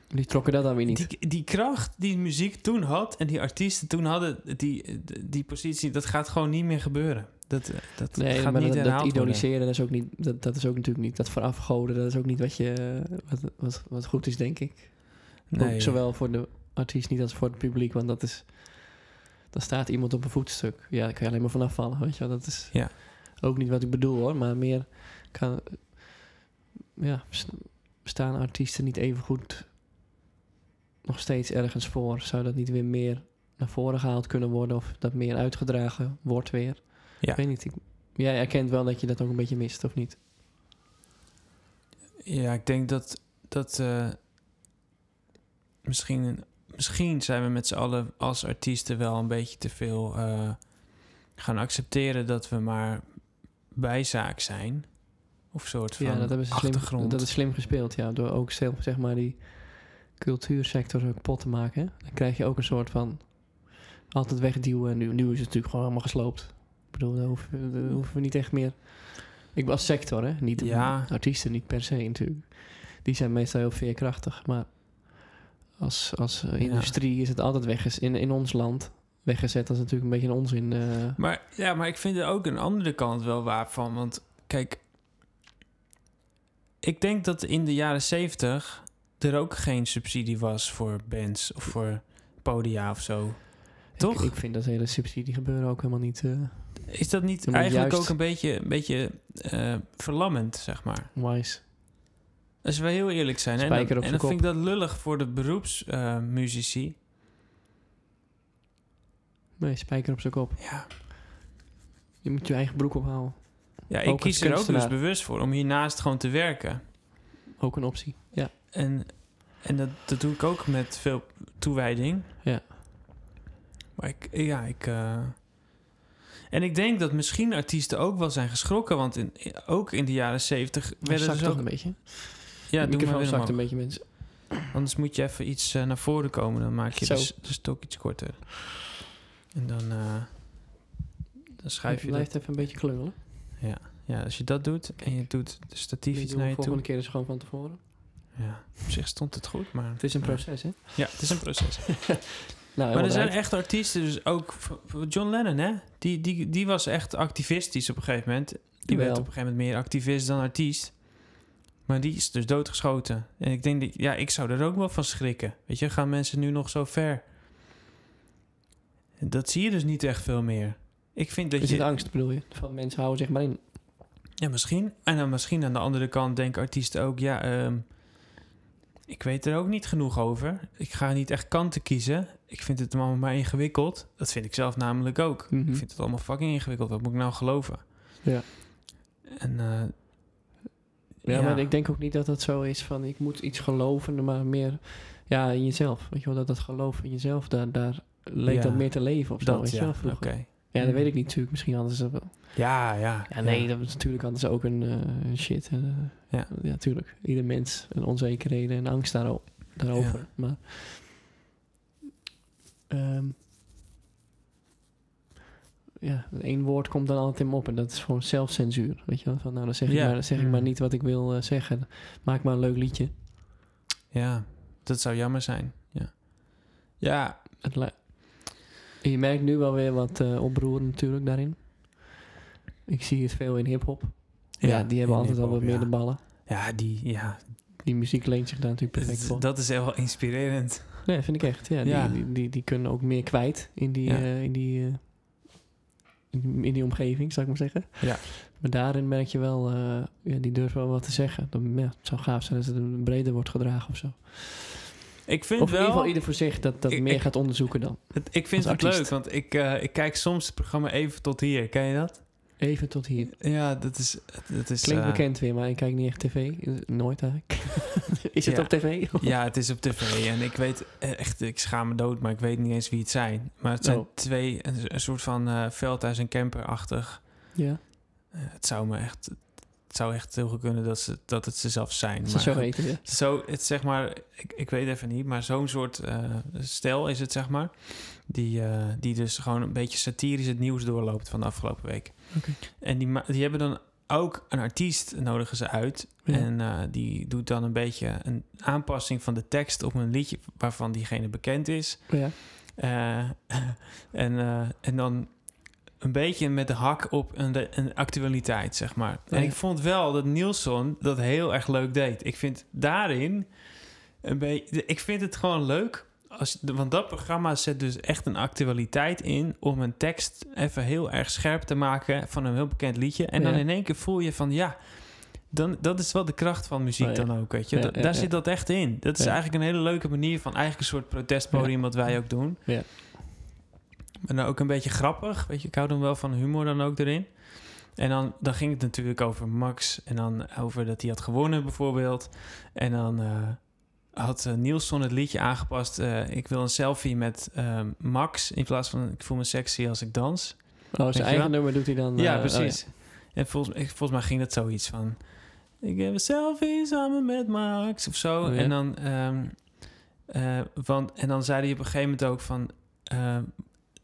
Speaker 1: Die trokken dat dan weer niet.
Speaker 2: die, die kracht die muziek toen had en die artiesten toen hadden, die, die positie, dat gaat gewoon niet meer gebeuren. Dat, eh, dat
Speaker 1: nee,
Speaker 2: gaat
Speaker 1: maar
Speaker 2: niet
Speaker 1: dat, dat
Speaker 2: herhaald worden.
Speaker 1: idoliseren, dat is, ook niet, dat, dat is ook natuurlijk niet. Dat verafgoden, dat is ook niet wat, je, wat, wat, wat goed is, denk ik. Ook
Speaker 2: Nee,
Speaker 1: zowel voor de artiest niet als voor het publiek, want dat is... Dan staat iemand op een voetstuk. Ja, daar kan je alleen maar vanaf vallen, weet je wel. Dat is
Speaker 2: Ja.
Speaker 1: ook niet wat ik bedoel, hoor. Maar meer kan... Ja, s- staan artiesten niet even goed nog steeds ergens voor? Zou dat niet weer meer naar voren gehaald kunnen worden? Of dat meer uitgedragen wordt weer?
Speaker 2: Ja.
Speaker 1: Ik weet niet. Ik, jij erkent wel dat je dat ook een beetje mist, of niet?
Speaker 2: Ja, ik denk dat, dat eh, misschien, misschien zijn we met z'n allen als artiesten wel een beetje te veel eh, gaan accepteren dat we maar bijzaak zijn. Of soort van
Speaker 1: Ja, dat hebben ze slim,
Speaker 2: achtergrond.
Speaker 1: dat is slim gespeeld, ja. Door ook zelf, zeg maar, die cultuursector ook pot te maken. hè, Dan krijg je ook een soort van altijd wegduwen. En nu, nu is het natuurlijk gewoon allemaal gesloopt. Ik bedoel, daar hoeven, daar hoeven we niet echt meer. Ik was sector, hè? Niet
Speaker 2: Ja.
Speaker 1: artiesten, niet per se natuurlijk. Die zijn meestal heel veerkrachtig. Maar als, als eh,
Speaker 2: Ja.
Speaker 1: industrie is het altijd weggezet. In, in ons land weggezet. Dat is natuurlijk een beetje een onzin. eh,
Speaker 2: Maar ja, maar ik vind er ook een andere kant wel waar van. Want kijk, ik denk dat in de jaren zeventig er ook geen subsidie was voor bands of voor podia of zo. Toch?
Speaker 1: Ik, ik vind dat hele subsidie gebeuren ook helemaal niet. eh,
Speaker 2: Is dat niet
Speaker 1: Ja, maar
Speaker 2: eigenlijk
Speaker 1: juist-
Speaker 2: ook een beetje, een beetje eh, verlammend, zeg maar?
Speaker 1: Wise.
Speaker 2: Als we heel eerlijk zijn. hè, en
Speaker 1: Spijker
Speaker 2: dan-
Speaker 1: op
Speaker 2: en
Speaker 1: z'n
Speaker 2: dan vind ik dat lullig voor de beroepsmuzici.
Speaker 1: Nee, spijker op zijn kop.
Speaker 2: ja.
Speaker 1: Je moet je eigen broek ophalen.
Speaker 2: ja,
Speaker 1: Ook
Speaker 2: ik
Speaker 1: als
Speaker 2: kies er ook dus
Speaker 1: kunstenaar.
Speaker 2: bewust voor om hiernaast gewoon te werken.
Speaker 1: Ook een optie. Ja.
Speaker 2: En, en dat, dat doe ik ook met veel toewijding.
Speaker 1: Ja.
Speaker 2: Maar ik, ja, ik. eh, En ik denk dat misschien artiesten ook wel zijn geschrokken, want in, in- ook in de jaren zeventig
Speaker 1: Maar
Speaker 2: werden
Speaker 1: zakt
Speaker 2: dus
Speaker 1: toch
Speaker 2: ook.
Speaker 1: een beetje.
Speaker 2: Ja,
Speaker 1: de
Speaker 2: doe maar
Speaker 1: microfoon
Speaker 2: weer
Speaker 1: zakt een
Speaker 2: omhoog.
Speaker 1: beetje, mensen.
Speaker 2: Anders moet je even iets eh, naar voren komen, dan maak je
Speaker 1: Zo.
Speaker 2: dus de stok iets korter. En dan, eh, dan
Speaker 1: Het
Speaker 2: schuif je dat.
Speaker 1: blijft even een beetje klungelen.
Speaker 2: Ja, als je dat doet en je doet de statief
Speaker 1: Die
Speaker 2: iets
Speaker 1: doen
Speaker 2: naar
Speaker 1: we
Speaker 2: je toe.
Speaker 1: volgende keer dus gewoon van tevoren.
Speaker 2: Ja, op zich stond het goed, maar.
Speaker 1: Het is een proces, hè?
Speaker 2: Ja, het is een proces.
Speaker 1: Nou,
Speaker 2: Maar er zijn echt artiesten, dus ook v- v- John Lennon, hè? Die, die, die was echt activistisch op een gegeven moment. Die werd
Speaker 1: Jawel.
Speaker 2: op een gegeven moment meer activist dan artiest. Maar die is dus doodgeschoten. En ik denk, dat, ja, ik zou er ook wel van schrikken. Weet je, gaan mensen nu nog zo ver? En Dat zie je dus niet echt veel meer. Ik vind dat
Speaker 1: Is het
Speaker 2: je...
Speaker 1: angst, bedoel je? Van mensen houden zich maar in.
Speaker 2: Ja, misschien. En dan misschien aan de andere kant denken artiesten ook... Ja, ehm, ik weet er ook niet genoeg over. Ik ga niet echt kanten kiezen. Ik vind het allemaal maar ingewikkeld. Dat vind ik zelf namelijk ook.
Speaker 1: Mhm.
Speaker 2: Ik vind het allemaal fucking ingewikkeld. Wat moet ik nou geloven?
Speaker 1: Ja.
Speaker 2: En eh,
Speaker 1: Ja, maar ik denk ook niet dat dat zo is van ik moet iets geloven, maar meer ja, in jezelf. Weet je wel, dat dat geloof in jezelf, daar, daar leek
Speaker 2: Ja.
Speaker 1: dat meer te leven of zo.
Speaker 2: dat
Speaker 1: weet je
Speaker 2: ja.
Speaker 1: wel,
Speaker 2: Oké. Mm.
Speaker 1: vroeger. Ja, dat weet ik niet natuurlijk. Misschien anders is dat wel.
Speaker 2: Ja, ja.
Speaker 1: Ja, nee, dat is natuurlijk anders ook een eh, shit. eh,
Speaker 2: Ja.
Speaker 1: ja, tuurlijk. Ieder mens een onzekerheden en angst daaro- daarover.
Speaker 2: Ja.
Speaker 1: Maar, ehm, ja, één woord komt dan altijd in me op en dat is gewoon zelfcensuur. Weet je wel? Van, nou, dan zeg,
Speaker 2: Ja.
Speaker 1: ik, maar, dan zeg ik
Speaker 2: Mm.
Speaker 1: maar niet wat ik wil eh, zeggen. Maak maar een leuk liedje.
Speaker 2: Ja, dat zou jammer zijn. Ja. Ja,
Speaker 1: Het li- en je merkt nu wel weer wat eh oproer natuurlijk daarin. Ik zie het veel in hip-hop. Ja,
Speaker 2: Ja,
Speaker 1: die hebben
Speaker 2: in
Speaker 1: altijd al wat
Speaker 2: hiphop,
Speaker 1: meer
Speaker 2: ja.
Speaker 1: de ballen.
Speaker 2: ja die, ja.
Speaker 1: Die muziek leent zich daar natuurlijk perfect voor.
Speaker 2: Dat, dat is echt wel inspirerend.
Speaker 1: Nee, vind ik echt. Ja,
Speaker 2: Ja.
Speaker 1: Die, die, die, die kunnen ook meer kwijt in die,
Speaker 2: Ja.
Speaker 1: eh, in, die, eh, in, die- in die omgeving, zou ik maar zeggen.
Speaker 2: Ja.
Speaker 1: Maar daarin merk je wel, eh, ja, die durft wel wat te zeggen. Dan, ja, het zou gaaf zijn als het een breder wordt gedragen of zo.
Speaker 2: Ik vind
Speaker 1: Of in
Speaker 2: wel,
Speaker 1: ieder geval ieder voor zich dat, dat
Speaker 2: Ik-
Speaker 1: meer
Speaker 2: ik-
Speaker 1: gaat onderzoeken dan.
Speaker 2: het- ik vind
Speaker 1: als
Speaker 2: het
Speaker 1: artiest.
Speaker 2: leuk, want ik, eh, ik kijk soms het programma Even Tot Hier. Ken je dat?
Speaker 1: Even tot hier.
Speaker 2: Ja, dat is... Dat is
Speaker 1: Klinkt
Speaker 2: Dus, eh,
Speaker 1: bekend weer, maar ik kijk niet echt tv. Nooit eigenlijk. Is het
Speaker 2: Ja.
Speaker 1: op tv?
Speaker 2: Ja, het is op tv en ik weet eh, echt, ik schaam me dood, maar ik weet niet eens wie het zijn. Maar het zijn
Speaker 1: Oh.
Speaker 2: twee, een, een soort van eh, veldhuis en camperachtig.
Speaker 1: ja,
Speaker 2: Eh, het zou me echt, het zou echt heel goed kunnen dat, ze, dat het ze zelf zijn.
Speaker 1: ze
Speaker 2: maar
Speaker 1: zo
Speaker 2: goed.
Speaker 1: weten. Ja.
Speaker 2: Zo, het zeg maar, ik, ik weet even niet, maar zo'n soort eh stijl is het, zeg maar. Die, eh, die dus gewoon een beetje satirisch het nieuws doorloopt van de afgelopen week.
Speaker 1: Oké.
Speaker 2: En die, ma- die hebben dan ook een artiest nodigen ze uit.
Speaker 1: Ja.
Speaker 2: En eh, die doet dan een beetje een aanpassing van de tekst op een liedje waarvan diegene bekend is.
Speaker 1: Ja. Oh,
Speaker 2: Eh, en, eh, en dan een beetje met de hak op een, re- een actualiteit, zeg maar. En
Speaker 1: Ja.
Speaker 2: ik vond wel dat Nielsen dat heel erg leuk deed. Ik vind daarin een beetje... Ik vind het gewoon leuk. Als, want dat programma zet dus echt een actualiteit in... om een tekst even heel erg scherp te maken van een heel bekend liedje. En dan
Speaker 1: Ja.
Speaker 2: in één keer voel je van ja... Dan, dat is wel de kracht van muziek
Speaker 1: Oh ja.
Speaker 2: dan ook, weet je.
Speaker 1: Ja,
Speaker 2: Da-
Speaker 1: ja,
Speaker 2: daar
Speaker 1: ja.
Speaker 2: zit dat echt in. Dat is
Speaker 1: Ja.
Speaker 2: eigenlijk een hele leuke manier van... eigenlijk een soort protestpodium wat wij ook doen. En dan ook een beetje grappig. Weet je, ik hou dan wel van humor dan ook erin. En dan, dan ging het natuurlijk over Max. En dan over dat hij had gewonnen bijvoorbeeld. En dan eh, had eh, Nielsen het liedje aangepast. eh, ik wil een selfie met eh, Max. In plaats van ik voel me sexy als ik dans.
Speaker 1: Oh,
Speaker 2: je
Speaker 1: zijn eigen
Speaker 2: wel?
Speaker 1: nummer doet hij dan.
Speaker 2: ja,
Speaker 1: eh, oh
Speaker 2: precies. En volgens, ik- volgens mij ging dat zoiets van... Ik heb een selfie samen met Max of zo.
Speaker 1: Oh, ja.
Speaker 2: En dan... ehm, Eh, want, en dan zei hij op een gegeven moment ook van... eh,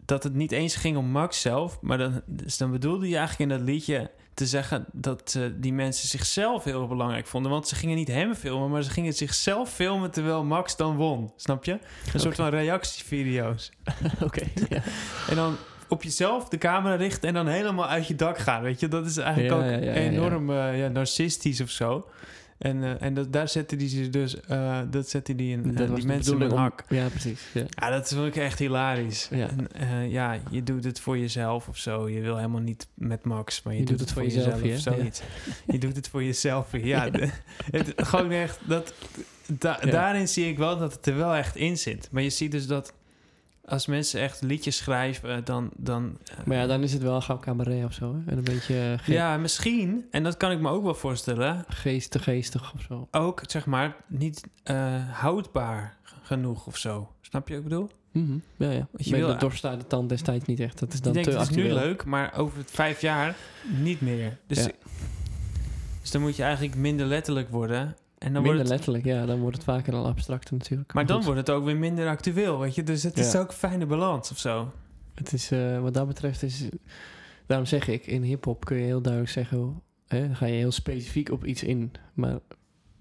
Speaker 2: dat het niet eens ging om Max zelf. Maar dan, dus dan bedoelde hij eigenlijk in dat liedje te zeggen... dat eh, die mensen zichzelf heel belangrijk vonden. Want ze gingen niet hem filmen, maar ze gingen zichzelf filmen... terwijl Max dan won, snap je? Een soort van reactievideo's.
Speaker 1: Oké. ja.
Speaker 2: En dan op jezelf de camera richten en dan helemaal uit je dak gaan, weet je. Dat is eigenlijk
Speaker 1: Ja,
Speaker 2: ook
Speaker 1: ja, ja, ja,
Speaker 2: enorm eh, ja, narcistisch of zo. En, eh, en dat, daar zette hij ze dus, eh, dat zette hij in, eh,
Speaker 1: Dat was
Speaker 2: die
Speaker 1: de
Speaker 2: mensen in een
Speaker 1: bedoeling om-
Speaker 2: hak.
Speaker 1: Ja, precies. Ja.
Speaker 2: Ja, dat vond ik echt hilarisch.
Speaker 1: Ja.
Speaker 2: En, eh, ja, je doet het voor jezelf of zo. Je wil helemaal niet met Max, maar je,
Speaker 1: Je doet het voor
Speaker 2: of
Speaker 1: jezelf, hè?
Speaker 2: zoiets. Je doet het voor jezelf. Ja, de- het, gewoon echt dat. da-
Speaker 1: Ja.
Speaker 2: Daarin zie ik wel dat het er wel echt in zit. Maar je ziet dus dat als mensen echt liedjes schrijven, eh, dan. dan eh,
Speaker 1: Maar ja, dan is het wel gauw cabaret of zo. Hè? En een beetje eh, ge-
Speaker 2: ja, misschien. En dat kan ik me ook wel voorstellen.
Speaker 1: geest te geestig of zo.
Speaker 2: Ook zeg maar niet eh, houdbaar genoeg of zo. Snap je wat ik bedoel?
Speaker 1: Mhm. Ja, ja.
Speaker 2: je
Speaker 1: Maar
Speaker 2: wil-
Speaker 1: dat doorstaat de tand destijds niet echt. Dat is dan
Speaker 2: ik denk,
Speaker 1: te
Speaker 2: het is
Speaker 1: actueel.
Speaker 2: nu leuk, maar over het vijf jaar niet meer. Dus,
Speaker 1: Ja.
Speaker 2: dus dan moet je eigenlijk minder letterlijk worden. En dan
Speaker 1: Minder
Speaker 2: wordt het,
Speaker 1: letterlijk, ja. Dan wordt het vaker al abstracter natuurlijk.
Speaker 2: maar dan
Speaker 1: goed,
Speaker 2: wordt het ook weer minder actueel, weet je. Dus het is
Speaker 1: Ja.
Speaker 2: ook een fijne balans of zo.
Speaker 1: Het is, eh, wat dat betreft is... Daarom zeg ik, in hiphop kun je heel duidelijk zeggen... Hè, dan ga je heel specifiek op iets in. Maar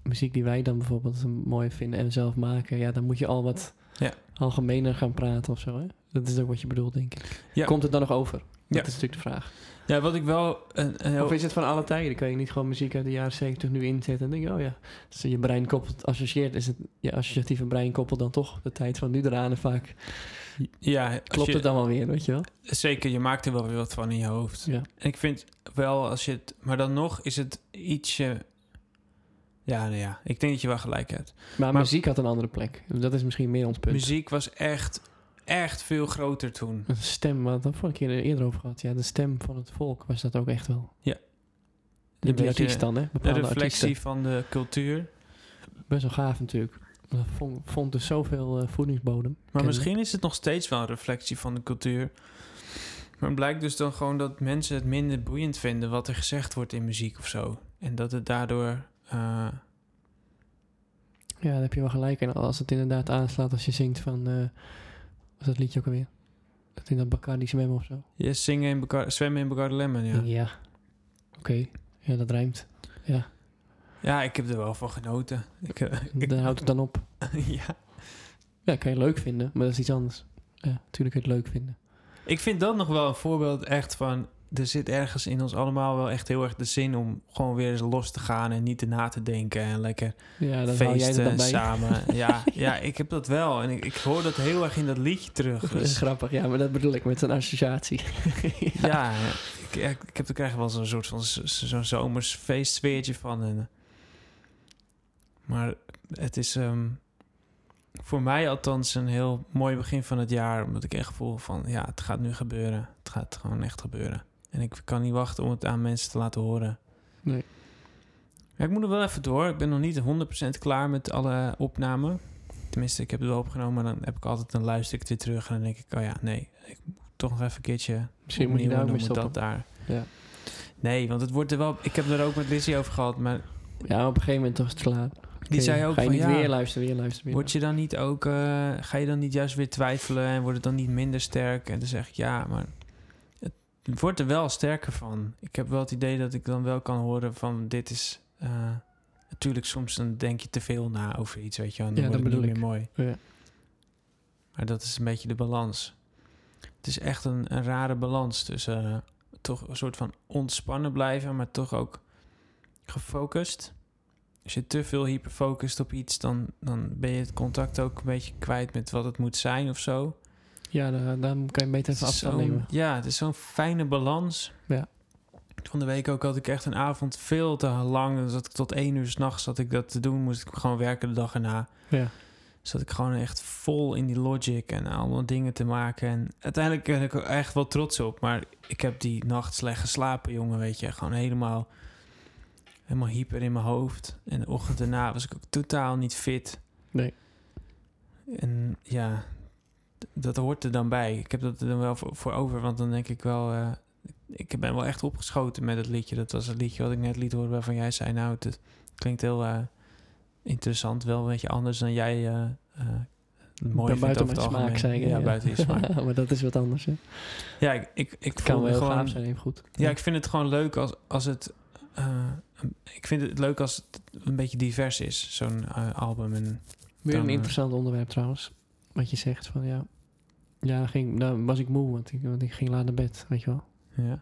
Speaker 1: muziek die wij dan bijvoorbeeld mooi vinden en zelf maken... Ja, dan moet je al wat
Speaker 2: Ja.
Speaker 1: algemener gaan praten of zo, hè? Dat is ook wat je bedoelt, denk ik.
Speaker 2: Ja.
Speaker 1: Komt het dan nog over? Dat
Speaker 2: Ja. Nou,
Speaker 1: is natuurlijk de vraag.
Speaker 2: Ja, wat ik wel... Een, een heel-
Speaker 1: Of is het van alle tijden? Dan kan je niet gewoon muziek uit de jaren 70 nu inzetten en denk je, oh ja, als je brein koppelt, associeert, is het je associatieve brein koppelt dan toch de tijd van nu eraan en vaak
Speaker 2: ja, als
Speaker 1: klopt
Speaker 2: je-
Speaker 1: het dan wel weer, weet je wel?
Speaker 2: Zeker, je maakt er wel weer wat van in je hoofd.
Speaker 1: Ja.
Speaker 2: En ik vind wel, als je het... Maar dan nog is het ietsje... Ja, nou ja, ik denk dat je wel gelijk hebt.
Speaker 1: Maar,
Speaker 2: Maar-
Speaker 1: muziek had een andere plek. Dat is misschien meer ons punt.
Speaker 2: Muziek was echt, echt veel groter toen.
Speaker 1: Een stem, want daar vorige keer eerder over gehad. Ja, de stem van het volk was dat ook echt wel.
Speaker 2: Ja.
Speaker 1: Die
Speaker 2: Een beetje
Speaker 1: artiest dan, hè?
Speaker 2: De
Speaker 1: Bepaalde
Speaker 2: reflectie
Speaker 1: artiesten.
Speaker 2: van de cultuur.
Speaker 1: Best wel gaaf natuurlijk. Dat vond, vond dus zoveel eh, voedingsbodem.
Speaker 2: Maar
Speaker 1: Ken-
Speaker 2: misschien is het nog steeds wel een reflectie van de cultuur. Maar het blijkt dus dan gewoon dat mensen het minder boeiend vinden wat er gezegd wordt in muziek of zo. En dat het daardoor. eh,
Speaker 1: Ja, daar heb je wel gelijk. En als het inderdaad aanslaat als je zingt van... eh was dat liedje ook alweer? Dat in dat Bacardi zwemmen of zo?
Speaker 2: je zingen in Bacar- zwemmen in Bacardi Lemon, ja.
Speaker 1: Oké. Ja, dat rijmt.
Speaker 2: Ja, ik heb er wel van genoten. Ik, eh, ik-
Speaker 1: Daar houdt het dan op.
Speaker 2: ja.
Speaker 1: Ja, kan je leuk vinden, maar dat is iets anders. Ja, natuurlijk kun je het leuk vinden.
Speaker 2: ik vind dat nog wel een voorbeeld echt van... Er zit ergens in ons allemaal wel echt heel erg de zin om gewoon weer eens los te gaan... en niet na te denken en lekker
Speaker 1: Ja, dan hou jij er
Speaker 2: feesten
Speaker 1: dan bij.
Speaker 2: samen. ja, ja, ik heb dat wel. En ik, ik hoor dat heel erg in dat liedje terug.
Speaker 1: Dat is
Speaker 2: Dus,
Speaker 1: grappig, ja, maar dat bedoel ik met een associatie.
Speaker 2: ja, ik, ik, ik heb er krijg wel zo'n soort van z- z- zo'n zomers feestsfeertje van. En, eh, maar het is ehm, voor mij althans een heel mooi begin van het jaar. Omdat ik echt voel van, ja, het gaat nu gebeuren. Het gaat gewoon echt gebeuren. En ik kan niet wachten om het aan mensen te laten horen.
Speaker 1: Nee.
Speaker 2: Ja, ik moet er wel even door. Ik ben nog niet 100% klaar met alle opnamen. Tenminste, ik heb het wel opgenomen. Maar dan heb ik altijd, dan luister ik het weer terug. En dan denk ik, oh ja, nee. Ik moet toch nog even een keertje
Speaker 1: Misschien moet je
Speaker 2: opnieuw
Speaker 1: daar ook mee
Speaker 2: en dan moet
Speaker 1: stoppen.
Speaker 2: dat daar.
Speaker 1: Ja.
Speaker 2: Nee, want het wordt er wel... Ik heb er ook met Lizzie over gehad. Maar
Speaker 1: Ja, maar op een gegeven moment toch is het klaar.
Speaker 2: die
Speaker 1: Oké,
Speaker 2: zei ook
Speaker 1: Ga je
Speaker 2: van,
Speaker 1: niet
Speaker 2: ja,
Speaker 1: weer luisteren, weer luisteren, weer
Speaker 2: Word je dan niet ook, eh, ga je dan niet juist weer twijfelen en wordt het dan niet minder sterk? En dan zeg ik ja, maar het wordt er wel sterker van. Ik heb wel het idee dat ik dan wel kan horen van dit is. eh, natuurlijk, soms dan denk je te veel na over iets, weet je, wel, en dan
Speaker 1: Ja,
Speaker 2: wordt
Speaker 1: dat
Speaker 2: het niet
Speaker 1: bedoel
Speaker 2: meer mooi.
Speaker 1: luisteren. Ja.
Speaker 2: Maar dat is een beetje de balans. Het is echt een, een rare balans tussen eh, toch een soort van ontspannen blijven, maar toch ook gefocust. Als je te veel hyperfocust op iets, dan, dan ben je het contact ook een beetje kwijt met wat het moet zijn of zo.
Speaker 1: Ja, daar, daar kan je beter even
Speaker 2: Het is
Speaker 1: afstand
Speaker 2: zo'n-
Speaker 1: nemen.
Speaker 2: Ja, het is zo'n fijne balans.
Speaker 1: Ja.
Speaker 2: Van de week ook had ik echt een avond veel te lang. Dus dat ik tot één uur s'nachts zat ik dat te doen. Moest ik gewoon werken de dag erna.
Speaker 1: Ja.
Speaker 2: Zat ik gewoon echt vol in die logic en allemaal dingen te maken. En uiteindelijk ben ik er echt wel trots op. Maar ik heb die nacht slecht geslapen, jongen, weet je. Gewoon helemaal, helemaal hyper in mijn hoofd. En de ochtend daarna was ik ook totaal niet fit.
Speaker 1: Nee.
Speaker 2: En ja, d- dat hoort er dan bij. Ik heb dat er dan wel voor, voor over, want dan denk ik wel... eh, ik ben wel echt opgeschoten met het liedje. Dat was het liedje wat ik net liet horen waarvan jij zei... Nou, het, het klinkt heel eh, interessant. Wel een beetje anders dan jij eh, eh, mooi vindt
Speaker 1: buiten
Speaker 2: over het
Speaker 1: mijn
Speaker 2: algemeen.
Speaker 1: smaak, zei ik,
Speaker 2: Ja,
Speaker 1: ja.
Speaker 2: buiten je smaak.
Speaker 1: maar dat is wat anders, hè.
Speaker 2: Ja, ik, ik, ik
Speaker 1: Het kan
Speaker 2: voel
Speaker 1: wel heel
Speaker 2: gewoon...
Speaker 1: gaaf zijn, even goed.
Speaker 2: Ja, ik vind het gewoon leuk als, als het... eh, ik vind het leuk als het een beetje divers is, zo'n eh, album. En,
Speaker 1: Weer
Speaker 2: Dan,
Speaker 1: een
Speaker 2: eh,
Speaker 1: interessant onderwerp trouwens. Wat je zegt van ja. Ja, dan, ging, dan was ik moe, want ik, want ik ging laat naar bed, weet je wel.
Speaker 2: ja,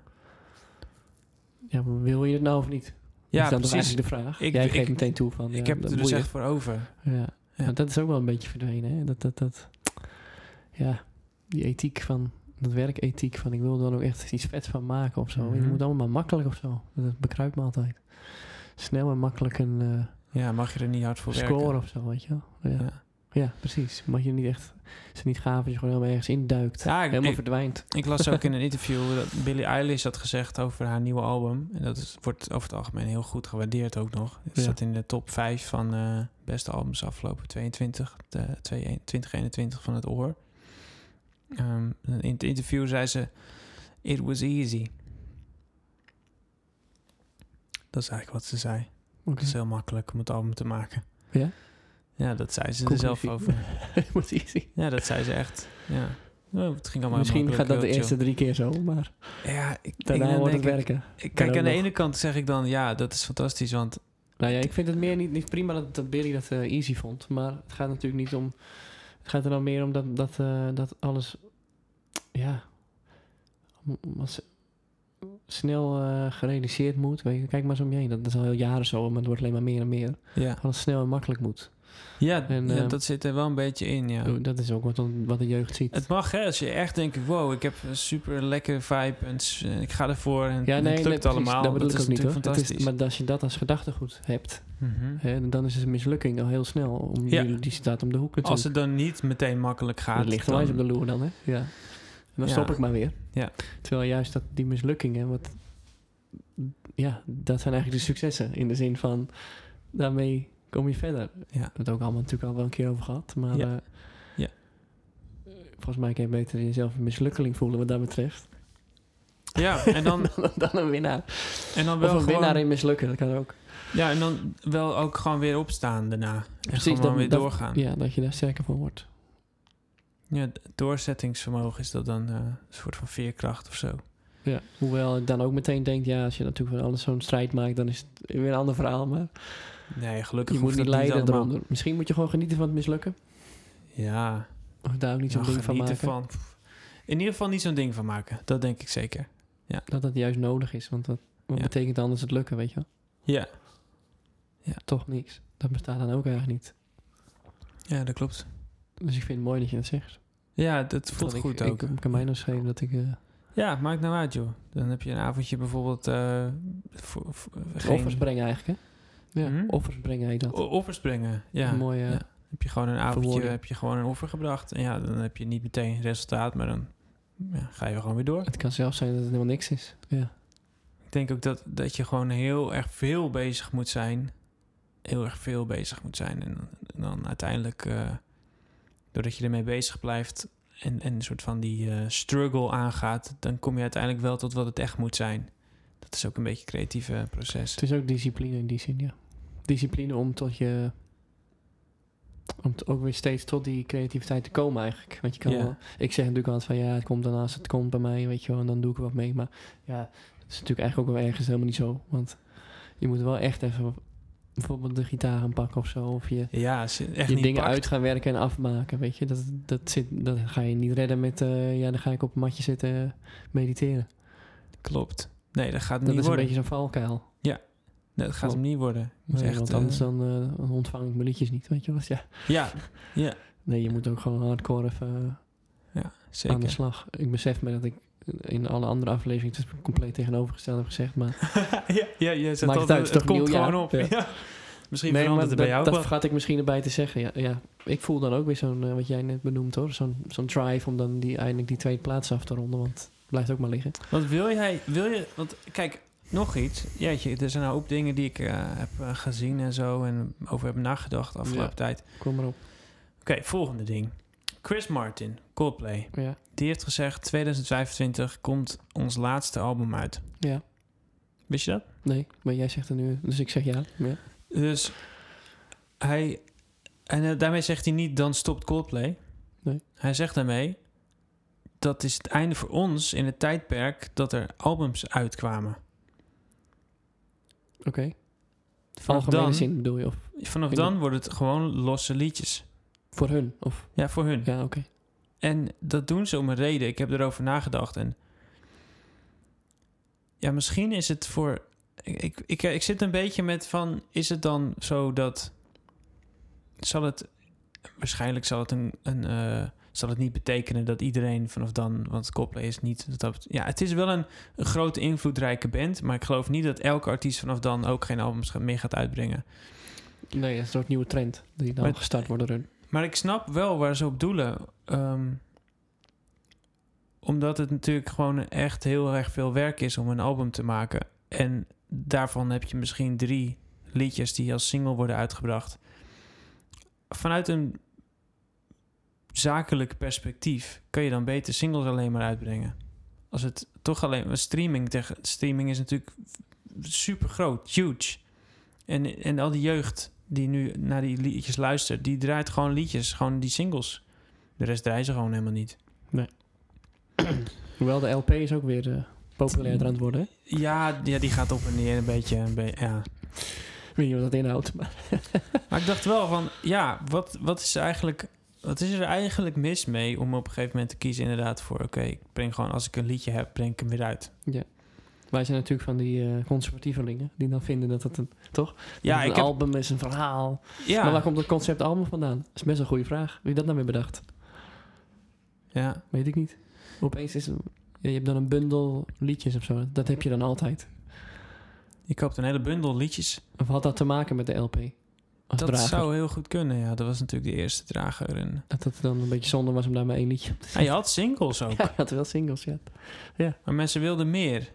Speaker 1: Ja, maar wil je het nou of niet? Dat
Speaker 2: ja
Speaker 1: is dan toch
Speaker 2: precies.
Speaker 1: eigenlijk de vraag.
Speaker 2: Ik-
Speaker 1: Jij
Speaker 2: ik-
Speaker 1: geeft meteen toe van.
Speaker 2: ik
Speaker 1: ja,
Speaker 2: heb
Speaker 1: dat
Speaker 2: er dus
Speaker 1: boeit.
Speaker 2: echt voor over.
Speaker 1: Ja.
Speaker 2: Ja.
Speaker 1: Maar dat is ook wel een beetje verdwenen, hè? Dat, dat, dat, ja, die ethiek van, dat werkethiek van, ik wil er dan ook echt iets vets van maken of zo.
Speaker 2: Mhm.
Speaker 1: Het moet allemaal maar makkelijk of zo. Dat bekruipt me altijd. Snel en makkelijk een eh,
Speaker 2: Ja, mag je er niet hard voor
Speaker 1: score
Speaker 2: werken.
Speaker 1: of zo, weet je wel. Ja, ja.
Speaker 2: Ja.
Speaker 1: precies. Mag je niet echt, het is niet gaaf als je gewoon helemaal ergens induikt.
Speaker 2: Ja, ik-
Speaker 1: helemaal
Speaker 2: ik-
Speaker 1: verdwijnt.
Speaker 2: Ik las ook in een interview dat Billie Eilish had gezegd over haar nieuwe album. En dat is, wordt over het algemeen heel goed gewaardeerd ook nog. Het
Speaker 1: Ja.
Speaker 2: staat in de top 5 van eh, beste albums afgelopen 22, de 2 2021 van het oor. Ehm, in het interview zei ze, it was easy. Dat is eigenlijk wat ze zei.
Speaker 1: Oké.
Speaker 2: Het is heel makkelijk om het album te maken.
Speaker 1: Ja?
Speaker 2: Ja, dat zei ze er zelf
Speaker 1: Conclusie.
Speaker 2: over.
Speaker 1: Precies.
Speaker 2: Ja, dat zei ze echt. Ja. Nou, het ging allemaal
Speaker 1: Misschien
Speaker 2: makkelijk,
Speaker 1: gaat dat de
Speaker 2: heel chill.
Speaker 1: eerste drie keer zo, maar
Speaker 2: Ja, ik,
Speaker 1: daarna
Speaker 2: ik- dan
Speaker 1: wordt het
Speaker 2: denk ik-
Speaker 1: werken.
Speaker 2: ik-
Speaker 1: Kan
Speaker 2: Kijk,
Speaker 1: ook
Speaker 2: aan de
Speaker 1: nog.
Speaker 2: ene kant zeg ik dan, ja, dat is fantastisch, want...
Speaker 1: Nou ja, ik vind het meer niet, niet prima dat, dat Billy dat eh, easy vond. Maar het gaat natuurlijk niet om. Het gaat er dan meer om dat, dat, eh, dat alles. Ja. om- om als- snel eh, gerealiseerd moet. Weet je, kijk maar eens om je heen. Dat is al heel jaren zo, maar het wordt alleen maar meer en meer.
Speaker 2: Ja,
Speaker 1: Alles snel en makkelijk moet.
Speaker 2: ja,
Speaker 1: En, Oh.
Speaker 2: ja,
Speaker 1: eh,
Speaker 2: dat zit er wel een beetje in, ja.
Speaker 1: Dat is ook wat, dan- wat de jeugd ziet.
Speaker 2: Het mag, hè, als je echt denkt, wow, ik heb een super lekkere vibe en s- eh, ik ga ervoor en, en het lukt
Speaker 1: precies,
Speaker 2: allemaal.
Speaker 1: Dat bedoel
Speaker 2: is
Speaker 1: ik ook niet hoor.
Speaker 2: natuurlijk
Speaker 1: Het is-
Speaker 2: fantastisch.
Speaker 1: maar als je dat als gedachtegoed hebt,
Speaker 2: Mhm.
Speaker 1: hè, dan is het een mislukking al heel snel. Om,
Speaker 2: Ja.
Speaker 1: die, die staat om de hoek natuurlijk.
Speaker 2: Als het dan niet meteen makkelijk gaat...
Speaker 1: Dat ligt wel eens op de loer dan, hè? Ja. En dan
Speaker 2: Ja.
Speaker 1: stop ik maar weer.
Speaker 2: Ja.
Speaker 1: Terwijl juist dat, die mislukkingen, wat, ja, dat zijn eigenlijk de successen. In de zin van, daarmee kom je verder.
Speaker 2: Ja.
Speaker 1: We hebben het ook allemaal natuurlijk al wel een keer over gehad. Maar
Speaker 2: Ja.
Speaker 1: eh,
Speaker 2: Ja.
Speaker 1: volgens mij kan je beter jezelf een mislukkeling voelen wat dat betreft.
Speaker 2: Ja, en dan,
Speaker 1: Dan, dan een winnaar.
Speaker 2: en dan
Speaker 1: Of
Speaker 2: wel
Speaker 1: een winnaar
Speaker 2: gewoon...
Speaker 1: in mislukken, dat kan ook.
Speaker 2: Ja, en dan wel ook gewoon weer opstaan daarna. En
Speaker 1: Precies,
Speaker 2: gewoon
Speaker 1: dat-
Speaker 2: weer
Speaker 1: dat-
Speaker 2: doorgaan. Ja.
Speaker 1: Ja, dat je daar sterker van wordt.
Speaker 2: d- doorzettingsvermogen is dat dan eh, een soort van veerkracht of zo.
Speaker 1: Ja. Hoewel ik dan ook meteen denk, ja, als je natuurlijk van alles zo'n strijd maakt, dan is het weer een ander verhaal. Maar
Speaker 2: Nee, gelukkig
Speaker 1: Je
Speaker 2: hoeft
Speaker 1: moet niet
Speaker 2: dat
Speaker 1: lijden
Speaker 2: allemaal.
Speaker 1: eronder. Misschien moet je gewoon genieten van het mislukken.
Speaker 2: Ja,
Speaker 1: Of daar ook niet zo'n
Speaker 2: Nou,
Speaker 1: ding van
Speaker 2: geniet
Speaker 1: maken.
Speaker 2: ervan. Pff. In ieder geval niet zo'n ding van maken. Dat denk ik zeker.
Speaker 1: Dat dat juist nodig is. Want wat, wat
Speaker 2: Ja.
Speaker 1: betekent anders het lukken, weet je wel?
Speaker 2: Ja,
Speaker 1: Toch niks. Dat bestaat dan ook eigenlijk niet.
Speaker 2: ja dat klopt.
Speaker 1: Dus ik vind het mooi dat je dat zegt.
Speaker 2: Ja, dat voelt
Speaker 1: Want ik-
Speaker 2: goed
Speaker 1: ik,
Speaker 2: ook.
Speaker 1: Ik kan mij nog schrijven dat ik... eh,
Speaker 2: ja, maakt nou uit, joh. Dan heb je een avondje bijvoorbeeld... eh voor, voor- geen-
Speaker 1: offers breng eigenlijk, hè? Ja,
Speaker 2: Hm?
Speaker 1: offers breng heet dat.
Speaker 2: O- offers brengen. Ja.
Speaker 1: Een mooie...
Speaker 2: ja. Heb je gewoon een avondje,
Speaker 1: Verwoording.
Speaker 2: heb je gewoon een offer gebracht. En ja, dan heb je niet meteen resultaat, maar dan ja, ga je gewoon weer door.
Speaker 1: Het kan zelfs zijn dat het helemaal niks is. Ja.
Speaker 2: Ik denk ook dat, dat je gewoon heel erg veel bezig moet zijn. Heel erg veel bezig moet zijn. En, en dan uiteindelijk, eh, doordat je ermee bezig blijft en, en een soort van die eh, struggle aangaat, dan kom je uiteindelijk wel tot wat het echt moet zijn. Dat is ook een beetje een creatieve proces.
Speaker 1: Het is ook discipline in die zin, ja. Discipline om tot je... Om t- ook weer steeds tot die creativiteit te komen eigenlijk. Want je kan
Speaker 2: Ja.
Speaker 1: wel- ik zeg natuurlijk altijd van ja, het komt dan als het komt bij mij, weet je wel, en dan doe ik er wat mee. Maar ja, dat is natuurlijk eigenlijk ook wel ergens helemaal niet zo. Want je moet wel echt even bijvoorbeeld de gitaar gaan pakken of zo. Of je,
Speaker 2: Ja, als je echt
Speaker 1: je
Speaker 2: niet
Speaker 1: dingen
Speaker 2: pakt-
Speaker 1: uit gaan werken en afmaken, weet je. Dat, dat, zit, dat ga je niet redden met eh, ja, dan ga ik op een matje zitten eh, mediteren.
Speaker 2: Klopt. Nee, dat gaat hem
Speaker 1: Dat
Speaker 2: niet
Speaker 1: is een
Speaker 2: worden.
Speaker 1: beetje zo'n valkuil.
Speaker 2: Nee, dat gaat hem niet worden. Je moet
Speaker 1: Nee,
Speaker 2: echt,
Speaker 1: want
Speaker 2: eh,
Speaker 1: anders dan, eh, dan ontvang ik mijn liedjes niet, weet je wel. Dus Ja.
Speaker 2: ja,
Speaker 1: Nee, je moet ook gewoon hardcore even eh,
Speaker 2: ja,
Speaker 1: aan de
Speaker 2: zeker.
Speaker 1: slag. Ik besef me dat ik in alle andere afleveringen het compleet tegenovergesteld heb gezegd, maar...
Speaker 2: ja, ja, je zet
Speaker 1: Maakt het
Speaker 2: altijd,
Speaker 1: uit,
Speaker 2: het,
Speaker 1: is toch
Speaker 2: komt
Speaker 1: nieuw, ja.
Speaker 2: gewoon op.
Speaker 1: Ja.
Speaker 2: Ja. Misschien verandert het
Speaker 1: dat,
Speaker 2: bij jou ook
Speaker 1: dat
Speaker 2: wel.
Speaker 1: vergat ik misschien erbij te zeggen. Ja, ja. Ik voel dan ook weer zo'n, eh, wat jij net benoemd hoor, zo'n zo'n drive om dan die, eindelijk die tweede plaats af te ronden, want het blijft ook maar liggen.
Speaker 2: Want wil jij, wil je, want kijk, nog iets. Jeetje, er zijn een hoop dingen die ik eh, heb eh, gezien en zo en over heb nagedacht afgelopen
Speaker 1: Ja.
Speaker 2: tijd.
Speaker 1: Kom maar op.
Speaker 2: Oké, volgende ding. Chris Martin, Coldplay.
Speaker 1: Ja,
Speaker 2: Die heeft gezegd, 2025 komt ons laatste album uit.
Speaker 1: ja.
Speaker 2: Wist je dat?
Speaker 1: Nee, maar jij zegt er nu, dus ik zeg ja. ja.
Speaker 2: Dus hij, en eh, daarmee zegt hij niet, dan stopt Coldplay.
Speaker 1: Nee.
Speaker 2: Hij zegt daarmee, dat is het einde voor ons in het tijdperk dat er albums uitkwamen.
Speaker 1: Oké.
Speaker 2: Vanaf
Speaker 1: Algemene
Speaker 2: dan,
Speaker 1: zin bedoel je? Of
Speaker 2: vanaf
Speaker 1: in de-
Speaker 2: dan wordt het gewoon losse liedjes.
Speaker 1: voor hun? Of,
Speaker 2: Ja, voor hun.
Speaker 1: ja, oké.
Speaker 2: En dat doen ze om een reden. Ik heb erover nagedacht. En ja, misschien is het voor. Ik, ik, ik, ik zit een beetje met van. Is het dan zo dat. Zal het. Waarschijnlijk zal het een. een eh, zal het niet betekenen dat iedereen vanaf dan. Want koppelen is niet. Dat, dat- ja, het is wel een, een grote invloedrijke band. Maar ik geloof niet dat elke artiest vanaf dan ook geen albums ga- meer gaat uitbrengen.
Speaker 1: Nee, dat is een soort nieuwe trend die dan
Speaker 2: Maar-
Speaker 1: gestart wordt door hun.
Speaker 2: Maar ik snap wel waar ze op doelen. Ehm, omdat het natuurlijk gewoon echt heel erg veel werk is om een album te maken. En daarvan heb je misschien drie liedjes die als single worden uitgebracht. Vanuit een zakelijk perspectief kun je dan beter singles alleen maar uitbrengen. Als het toch alleen maar streaming tegen streaming is natuurlijk super groot, huge. En, en al die jeugd die nu naar die liedjes luistert, die draait gewoon liedjes, gewoon die singles. De rest draaien ze gewoon helemaal niet.
Speaker 1: Hoewel de LP is ook weer eh, populairder aan het worden. Hè?
Speaker 2: Ja, ja die gaat op en neer een beetje. Een be- ja.
Speaker 1: Ik weet niet wat dat inhoudt, maar
Speaker 2: Maar ik dacht wel van, ja, wat, wat is er eigenlijk... Wat is er eigenlijk mis mee om op een gegeven moment te kiezen inderdaad voor... Oké, ik breng gewoon, als ik een liedje heb, breng ik hem weer uit.
Speaker 1: wij zijn natuurlijk van die eh conservatievelingen die dan vinden dat het een, dat
Speaker 2: Ja,
Speaker 1: het
Speaker 2: ik
Speaker 1: een
Speaker 2: heb...
Speaker 1: album is, een verhaal.
Speaker 2: Ja,
Speaker 1: Maar waar komt het concept album vandaan? Dat is best een goede vraag. Wie dat nou weer bedacht?
Speaker 2: ja.
Speaker 1: Weet ik niet. Opeens is het- ja, je hebt dan een bundel liedjes of zo. Dat heb je dan altijd.
Speaker 2: je koopt een hele bundel liedjes.
Speaker 1: Of had dat te maken met de LP? Als
Speaker 2: dat
Speaker 1: drager.
Speaker 2: zou heel goed kunnen, ja. Dat was natuurlijk de eerste drager. En,
Speaker 1: Dat het dan een beetje zonde was om daar maar één liedje op te
Speaker 2: en je had singles ook,
Speaker 1: Ja, je had wel singles, ja.
Speaker 2: maar mensen wilden meer.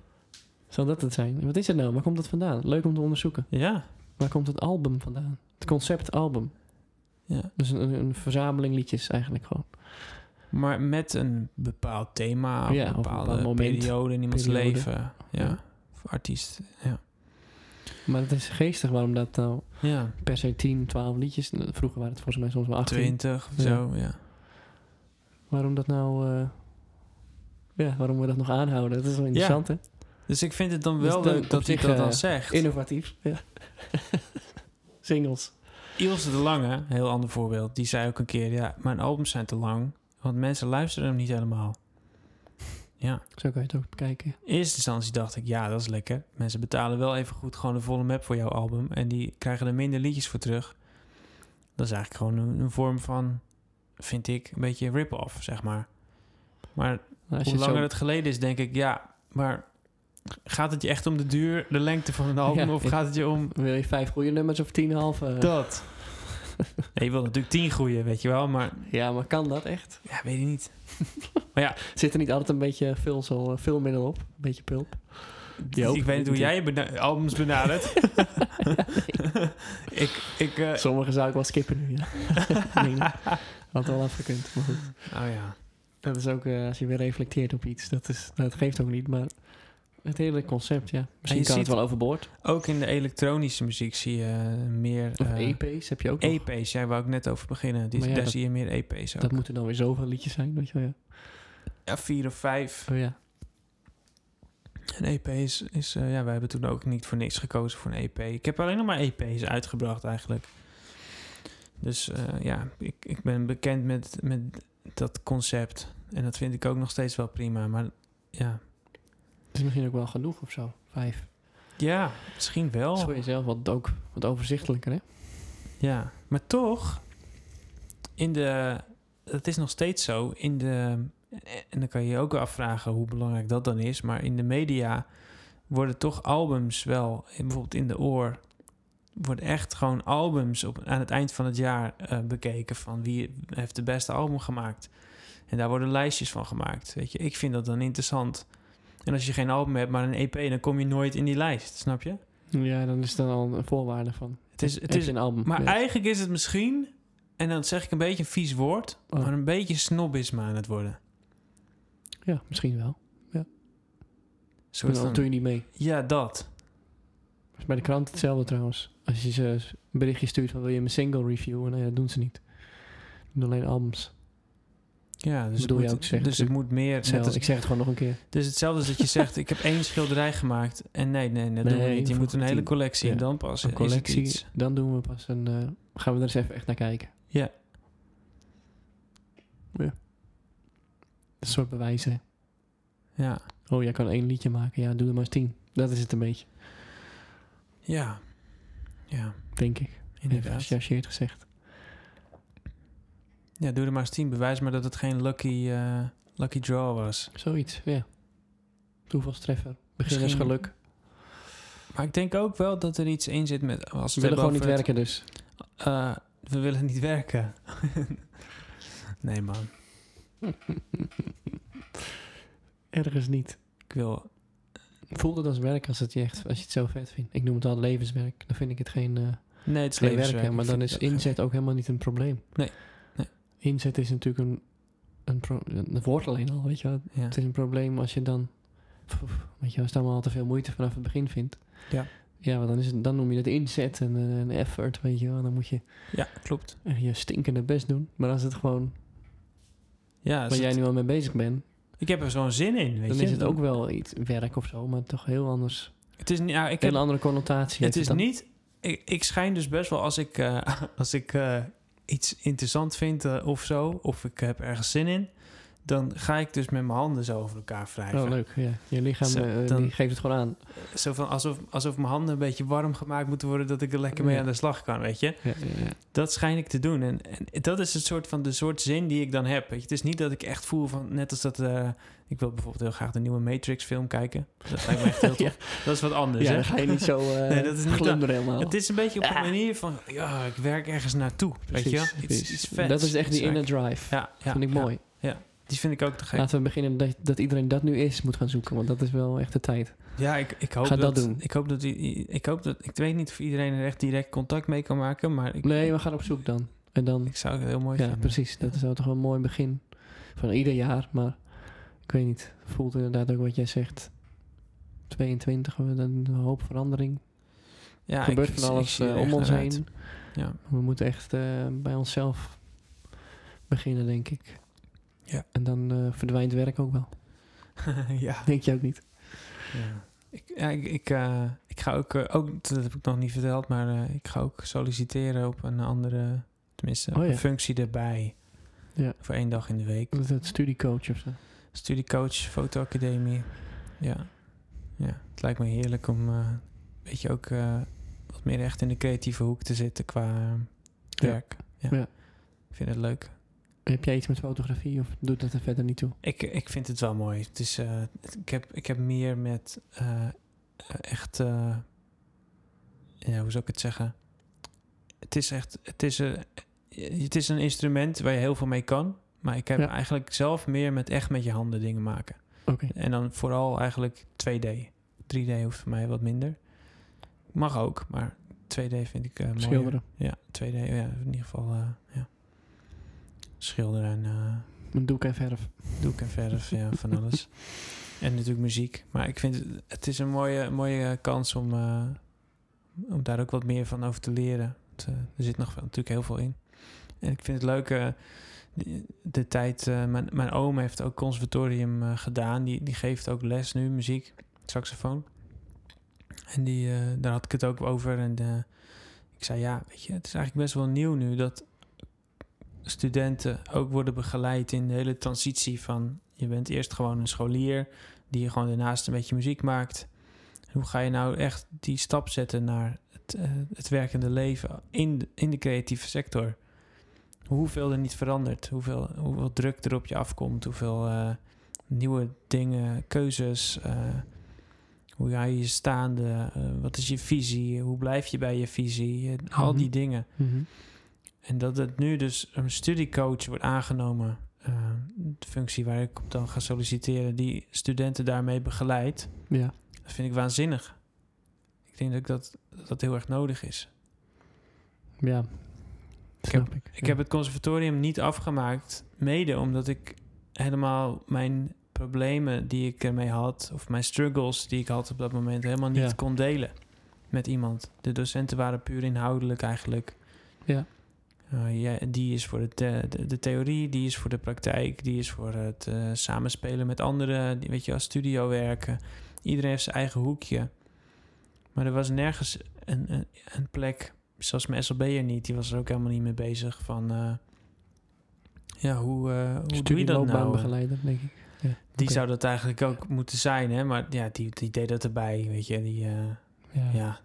Speaker 1: Zou dat het zijn? En Wat is het nou? Waar komt dat vandaan? Leuk om te onderzoeken.
Speaker 2: Ja,
Speaker 1: Waar komt het album vandaan? Het concept album.
Speaker 2: ja.
Speaker 1: Dus een, een, een verzameling liedjes eigenlijk gewoon.
Speaker 2: Maar met een bepaald thema, of
Speaker 1: Ja,
Speaker 2: een
Speaker 1: of een
Speaker 2: bepaalde
Speaker 1: bepaald moment.
Speaker 2: periode in iemands
Speaker 1: Periode.
Speaker 2: leven. Ja,
Speaker 1: Ja.
Speaker 2: Of artiest. Ja.
Speaker 1: Maar het is geestig waarom dat nou
Speaker 2: ja.
Speaker 1: per se 10, 12 liedjes... eh, Vroeger waren het volgens mij soms wel 18.
Speaker 2: 20 of
Speaker 1: Ja.
Speaker 2: zo, ja.
Speaker 1: Waarom dat nou... eh, ja, waarom we dat nog aanhouden. Dat is wel interessant, hè?
Speaker 2: Dus ik vind het dan
Speaker 1: Dus
Speaker 2: wel
Speaker 1: dan
Speaker 2: leuk
Speaker 1: op
Speaker 2: dat hij
Speaker 1: zich,
Speaker 2: dat dan
Speaker 1: eh,
Speaker 2: zegt.
Speaker 1: Innovatief. Ja. Singles.
Speaker 2: Ilse de Lange, heel ander voorbeeld, die zei ook een keer... ja, mijn albums zijn te lang, want mensen luisteren hem niet helemaal. Ja.
Speaker 1: Zo kan je het ook bekijken.
Speaker 2: In eerste instantie dacht ik, ja, dat is lekker. Mensen betalen wel even goed gewoon de volle map voor jouw album... en die krijgen er minder liedjes voor terug. Dat is eigenlijk gewoon een, een vorm van, vind ik, een beetje rip-off, zeg maar. Maar
Speaker 1: Maar als
Speaker 2: Hoe
Speaker 1: je
Speaker 2: langer
Speaker 1: zo-
Speaker 2: het geleden is, denk ik, ja, maar gaat het je echt om de duur, de lengte van een album,
Speaker 1: Ja,
Speaker 2: of
Speaker 1: ik-
Speaker 2: gaat het je om
Speaker 1: Wil je vijf goede nummers of tien halve? eh,
Speaker 2: dat? Ja, je wilt natuurlijk tien groeien, weet je wel, maar
Speaker 1: Ja, maar kan dat echt?
Speaker 2: ja, weet je niet.
Speaker 1: Zit er niet altijd een beetje vulsel, eh, vulmiddel op? Een beetje pulp? Ja,
Speaker 2: ik weet niet hoe jij je bena- albums benadert. ik, ik, eh,
Speaker 1: Sommige zou ik wel skippen nu, ja. Nee, nee. Had wel afgekund, maar goed.
Speaker 2: oh ja,
Speaker 1: Dat is ook, eh, als je weer reflecteert op iets, dat, is, dat geeft ook niet, maar... Het hele concept, ja. Misschien kan
Speaker 2: ziet-
Speaker 1: het wel overboord.
Speaker 2: ook in de elektronische muziek zie je meer
Speaker 1: Of
Speaker 2: eh,
Speaker 1: EP's heb je ook nog.
Speaker 2: EP's. Jij wou ik net over beginnen. Die,
Speaker 1: Maar ja,
Speaker 2: daar
Speaker 1: dat-
Speaker 2: zie je meer EP's ook.
Speaker 1: Dat moeten dan weer zoveel liedjes zijn, weet je wel, ja.
Speaker 2: ja, vier of vijf.
Speaker 1: Oh ja,
Speaker 2: Een EP is, is eh, ja, wij hebben toen ook niet voor niks gekozen voor een EP. Ik heb alleen nog maar EP's uitgebracht eigenlijk. Dus eh, ja, ik, ik ben bekend met, met dat concept. En dat vind ik ook nog steeds wel prima. Maar ja,
Speaker 1: het is misschien ook wel genoeg of zo. Vijf.
Speaker 2: ja misschien
Speaker 1: Dat
Speaker 2: wel.
Speaker 1: is voor jezelf wat, ook wat overzichtelijker, hè?
Speaker 2: Ja, maar toch, in de, dat is nog steeds zo. In de, en dan kan je je ook afvragen hoe belangrijk dat dan is. Maar in de media worden toch albums wel, in- bijvoorbeeld in de oor, worden echt gewoon albums op, aan het eind van het jaar eh, bekeken van wie heeft de beste album gemaakt. En daar worden lijstjes van gemaakt. Weet je, ik vind dat dan interessant. En als je geen album hebt, maar een EP, dan kom je nooit in die lijst, snap je?
Speaker 1: Ja, dan is het dan al een voorwaarde van.
Speaker 2: Het is, het
Speaker 1: Heb
Speaker 2: is
Speaker 1: je een album.
Speaker 2: maar
Speaker 1: Ja.
Speaker 2: eigenlijk is het misschien, en dan zeg ik een beetje een vies woord,
Speaker 1: Oh.
Speaker 2: maar een beetje snobisme aan het worden.
Speaker 1: Ja, misschien wel.
Speaker 2: Zo
Speaker 1: Maar
Speaker 2: is
Speaker 1: Dan
Speaker 2: dan-
Speaker 1: doe je niet mee.
Speaker 2: Ja, dat.
Speaker 1: Dat is bij de krant hetzelfde trouwens. Als je ze een berichtje stuurt van wil je een single review, nou ja, dat doen ze niet. Ze doen alleen albums.
Speaker 2: Ja, dus, het
Speaker 1: Bedoel je
Speaker 2: moet,
Speaker 1: ook te zeggen,
Speaker 2: dus het moet meer.
Speaker 1: Zelf,
Speaker 2: Net als,
Speaker 1: ik zeg het gewoon nog een keer.
Speaker 2: het is hetzelfde als dat je zegt: Ik heb één schilderij gemaakt. En nee, nee, dat doen we
Speaker 1: Nee,
Speaker 2: niet. Je moet een
Speaker 1: vroeger
Speaker 2: hele
Speaker 1: tien.
Speaker 2: collectie en
Speaker 1: Ja,
Speaker 2: dan pas.
Speaker 1: Een
Speaker 2: is het
Speaker 1: collectie,
Speaker 2: iets.
Speaker 1: dan doen we pas een... eh, gaan we er eens even echt naar kijken.
Speaker 2: Ja.
Speaker 1: Ja. Een soort bewijzen.
Speaker 2: Ja.
Speaker 1: Oh, jij kan één liedje maken. Ja, doe er maar eens tien. Dat is het een beetje,
Speaker 2: Ja. Ja,
Speaker 1: denk ik. Even
Speaker 2: inderdaad.
Speaker 1: gechargeerd gezegd.
Speaker 2: Ja, doe er maar eens tien. Bewijs maar dat het geen lucky, eh, lucky draw was.
Speaker 1: Zoiets, ja. Toevalstreffer.
Speaker 2: Misschien-
Speaker 1: Beginnersgeluk.
Speaker 2: Maar ik denk ook wel dat er iets in zit met... Als
Speaker 1: Ze
Speaker 2: we het
Speaker 1: willen
Speaker 2: hebben
Speaker 1: gewoon niet
Speaker 2: over het-
Speaker 1: werken dus.
Speaker 2: Eh, we willen niet werken. nee man,
Speaker 1: Ergens niet.
Speaker 2: ik wil...
Speaker 1: Voelt het als werk als, het je echt, als je het zo vet vindt. Ik noem het al levenswerk. Dan vind ik het geen... eh,
Speaker 2: Nee, het is
Speaker 1: Twee
Speaker 2: levenswerk.
Speaker 1: werken, maar
Speaker 2: Ik
Speaker 1: dan
Speaker 2: vind
Speaker 1: is
Speaker 2: het ook
Speaker 1: inzet ook helemaal niet een probleem.
Speaker 2: Nee, nee.
Speaker 1: Inzet is natuurlijk een, een, pro- een woord alleen al, weet je wel.
Speaker 2: geen- Ja.
Speaker 1: Het is een probleem als je dan, pff, weet je wel, als je allemaal al te veel moeite vanaf het begin vindt.
Speaker 2: Ja.
Speaker 1: Ja, want dan, is het, dan noem je dat inzet en eh, een effort, weet je wel. Dan moet je
Speaker 2: ja, klopt.
Speaker 1: echt je stinkende best doen. Maar als het gewoon,
Speaker 2: Ja, als
Speaker 1: waar jij
Speaker 2: het-
Speaker 1: nu al mee bezig bent,
Speaker 2: ik heb er zo'n zin in, weet
Speaker 1: dan
Speaker 2: je.
Speaker 1: is het ook wel iets werk of zo, maar toch heel anders.
Speaker 2: Het is, niet- ja, ik
Speaker 1: Een
Speaker 2: heb,
Speaker 1: andere connotatie. heeft
Speaker 2: het is
Speaker 1: dan.
Speaker 2: niet... Ik, ik schijn dus best wel als ik, eh, als ik eh, iets interessant vind eh, of zo... of ik heb ergens zin in... dan ga ik dus met mijn handen zo over elkaar wrijven.
Speaker 1: Oh, leuk. Ja. Je lichaam
Speaker 2: Zo,
Speaker 1: eh,
Speaker 2: dan-
Speaker 1: die geeft het gewoon aan.
Speaker 2: Zo van alsof, alsof mijn handen een beetje warm gemaakt moeten worden... dat ik er lekker mee
Speaker 1: Ja.
Speaker 2: aan de slag kan, weet je.
Speaker 1: Ja, ja, ja.
Speaker 2: Dat schijn ik te doen. En, en dat is het soort van de soort zin die ik dan heb. Weet je, het is niet dat ik echt voel van, net als dat... eh, ik wil bijvoorbeeld heel graag de nieuwe Matrix film kijken. Dat lijkt me echt heel tof. Dat is wat anders,
Speaker 1: ja,
Speaker 2: hè?
Speaker 1: dan ga je niet zo eh
Speaker 2: Nee, dat is niet
Speaker 1: glunderen helemaal.
Speaker 2: Het is een beetje op een
Speaker 1: Ah.
Speaker 2: manier van, ja, ik werk ergens naartoe. weet je wel?
Speaker 1: Precies,
Speaker 2: Iets,
Speaker 1: precies.
Speaker 2: iets vets.
Speaker 1: Dat is echt die
Speaker 2: Iets
Speaker 1: inner
Speaker 2: geks.
Speaker 1: drive.
Speaker 2: Ja, ja,
Speaker 1: vind ik
Speaker 2: ja.
Speaker 1: mooi.
Speaker 2: Die vind ik ook te gek.
Speaker 1: Laten we beginnen dat, dat iedereen dat nu is moet gaan zoeken. Want dat is wel echt de tijd.
Speaker 2: Ja, ik, ik hoop
Speaker 1: Ga
Speaker 2: dat...
Speaker 1: dat doen.
Speaker 2: Ik hoop dat, i- i- ik hoop dat... Ik weet niet of iedereen er echt direct contact mee kan maken, maar ik,
Speaker 1: Nee, we gaan op zoek dan. En dan,
Speaker 2: ik zou het heel mooi
Speaker 1: ja
Speaker 2: vinden.
Speaker 1: precies. Dat is wel toch wel een mooi begin van ieder jaar. Maar ik weet niet, voelt inderdaad ook wat jij zegt. 22, we hebben een hoop verandering.
Speaker 2: Ja,
Speaker 1: Er gebeurt
Speaker 2: ik-
Speaker 1: van
Speaker 2: ik
Speaker 1: alles
Speaker 2: zie er
Speaker 1: eh,
Speaker 2: echt
Speaker 1: om ons
Speaker 2: naar uit.
Speaker 1: heen.
Speaker 2: Ja.
Speaker 1: We moeten echt eh, bij onszelf beginnen, denk ik.
Speaker 2: Ja.
Speaker 1: En dan eh, verdwijnt werk ook wel.
Speaker 2: ja.
Speaker 1: Denk je ook niet?
Speaker 2: Ja. Ik, ja, ik, ik, eh, ik ga ook, eh, ook, dat heb ik nog niet verteld, maar eh, ik ga ook solliciteren op een andere, tenminste, op
Speaker 1: Oh, ja.
Speaker 2: een functie erbij.
Speaker 1: Ja. Mm.
Speaker 2: Voor één dag in de week.
Speaker 1: Dat is het studiecoach of zo.
Speaker 2: Studiecoach, fotoacademie. Ja. ja. Het lijkt me heerlijk om, eh, weet je, ook eh, wat meer echt in de creatieve hoek te zitten qua
Speaker 1: Ja.
Speaker 2: werk. Ja.
Speaker 1: Ja.
Speaker 2: Ik vind het leuk.
Speaker 1: Heb jij iets met fotografie of doet dat er verder niet toe?
Speaker 2: Ik, ik vind het wel mooi. Het is, eh, het- ik, heb, ik heb meer met eh, eh, echt. eh, ja, hoe zou ik het zeggen? Het is echt. Het is, eh, het is een instrument waar je heel veel mee kan. Maar ik heb
Speaker 1: Ja.
Speaker 2: eigenlijk zelf meer met echt met je handen dingen maken.
Speaker 1: Oké.
Speaker 2: En dan vooral eigenlijk 2D. 3D hoeft voor mij wat minder. Mag ook, maar 2D vind ik eh mooier.
Speaker 1: Schilderen.
Speaker 2: Ja, 2D. Ja, in ieder geval. eh, ja. Schilderen en. eh,
Speaker 1: Een doek en verf.
Speaker 2: doek en verf, ja, van alles. En natuurlijk muziek. Maar ik vind het, het is een mooie, mooie kans om, eh, om daar ook wat meer van over te leren. Het, eh, er zit nog wel- natuurlijk heel veel in. En ik vind het leuk, eh, de, de tijd, eh, mijn, mijn oom heeft ook conservatorium eh, gedaan. Die, die geeft ook les nu, muziek, saxofoon. En die, eh, daar had ik het ook over. En eh, ik zei, ja, weet je, het is eigenlijk best wel nieuw nu dat studenten ook worden begeleid in de hele transitie van je bent eerst gewoon een scholier die gewoon daarnaast een beetje muziek maakt. En hoe ga je nou echt die stap zetten naar het, eh, het werkende leven in de, in de creatieve sector? Hoeveel er niet verandert, hoeveel, hoeveel druk er op je afkomt, hoeveel eh, nieuwe dingen, keuzes, eh, hoe ga je je staande, eh, wat is je visie, hoe blijf je bij je visie, eh, al die
Speaker 1: Mhm.
Speaker 2: dingen. En dat het nu dus een studiecoach wordt aangenomen. eh, de functie waar ik op dan ga solliciteren, die studenten daarmee begeleidt.
Speaker 1: Ja.
Speaker 2: Dat vind ik waanzinnig. Ik denk dat ik dat, dat, dat heel erg nodig is.
Speaker 1: Ja. Snap ik.
Speaker 2: Ik heb het conservatorium niet afgemaakt, mede omdat ik helemaal mijn problemen die ik ermee had, of mijn struggles die ik had op dat moment, helemaal niet
Speaker 1: Ja.
Speaker 2: kon delen met iemand. De docenten waren puur inhoudelijk eigenlijk.
Speaker 1: Ja.
Speaker 2: Eh, ja, die is voor de, the- de, de theorie, die is voor de praktijk, die is voor het eh, samenspelen met anderen, die, weet je, als studio werken. Iedereen heeft zijn eigen hoekje. Maar er was nergens een, een, een plek, zelfs mijn SLB'er niet, die was er ook helemaal niet mee bezig van, eh, ja, hoe, eh, hoe doe je dat nou?
Speaker 1: Studieloopbaanbegeleider, denk ik.
Speaker 2: Die
Speaker 1: Oké.
Speaker 2: zou dat eigenlijk ook moeten zijn, hè? Maar ja, die, die deed dat erbij, weet je. Die, eh,
Speaker 1: Ja, ja.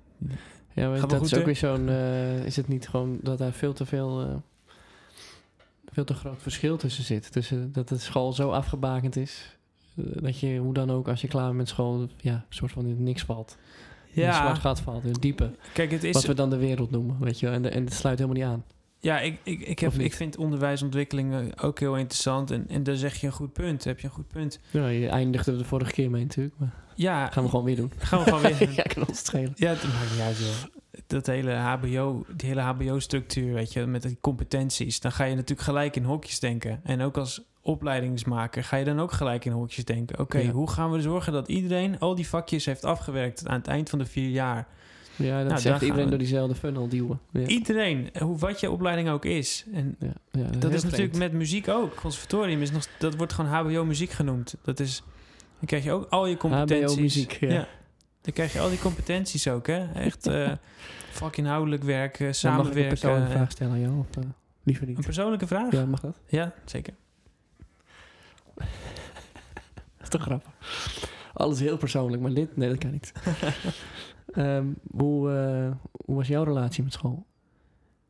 Speaker 2: ja.
Speaker 1: maar
Speaker 2: Gaat wel
Speaker 1: dat
Speaker 2: goed,
Speaker 1: is ook
Speaker 2: hè?
Speaker 1: weer zo'n... eh, is het niet gewoon dat daar veel te veel... eh, veel te groot verschil tussen zit. Tussen dat de school zo afgebakend is... eh, Dat je hoe dan ook, als je klaar bent met school, ja, een soort van in het niks valt. In een zwart
Speaker 2: Ja,
Speaker 1: gat valt, in het diepe.
Speaker 2: kijk, het
Speaker 1: Wat
Speaker 2: is...
Speaker 1: we dan de wereld noemen, weet je wel. En, de- en het sluit helemaal niet aan.
Speaker 2: Ja, ik, ik, ik, heb,
Speaker 1: Of niet?
Speaker 2: ik vind onderwijsontwikkeling eh, ook heel interessant. En, en daar zeg je een goed punt. Heb je een goed punt.
Speaker 1: Ja, je eindigde er de vorige keer mee natuurlijk, maar
Speaker 2: Ja,
Speaker 1: gaan we gewoon weer doen.
Speaker 2: Ah. gaan we gewoon weer doen.
Speaker 1: ja, kan ons schelen.
Speaker 2: Ja, dat maakt niet uit, joh. Dat hele HBO, die hele HBO-structuur, weet je, met die competenties. Dan ga je natuurlijk gelijk in hokjes denken. En ook als opleidingsmaker ga je dan ook gelijk in hokjes denken. Oké,
Speaker 1: Ja.
Speaker 2: hoe gaan we zorgen dat iedereen al die vakjes heeft afgewerkt aan het eind van de vier jaar?
Speaker 1: Ja, dat
Speaker 2: daar
Speaker 1: zegt
Speaker 2: Nou, gaan
Speaker 1: iedereen
Speaker 2: we.
Speaker 1: door diezelfde funnel duwen. Ja,
Speaker 2: Iedereen, hoe, wat je opleiding ook is. En
Speaker 1: ja, ja, heel
Speaker 2: dat is
Speaker 1: vreemd.
Speaker 2: natuurlijk met muziek ook. Conservatorium is nog, dat wordt gewoon HBO-muziek genoemd. Dat is, dan krijg je ook al je competenties.
Speaker 1: HBO-muziek, ja.
Speaker 2: Dan krijg je al die competenties ook, hè? Echt eh vakinhoudelijk werken,
Speaker 1: Nou, mag ik een
Speaker 2: samenwerken. eh,
Speaker 1: persoonlijke vraag stellen aan jou? Of, eh, liever
Speaker 2: Een
Speaker 1: niet.
Speaker 2: persoonlijke vraag? Ja,
Speaker 1: Ja, mag dat?
Speaker 2: zeker.
Speaker 1: Dat is toch grappig. Alles heel persoonlijk, maar dit, nee, dat kan niet. Ehm, hoe, eh, hoe was jouw relatie met school?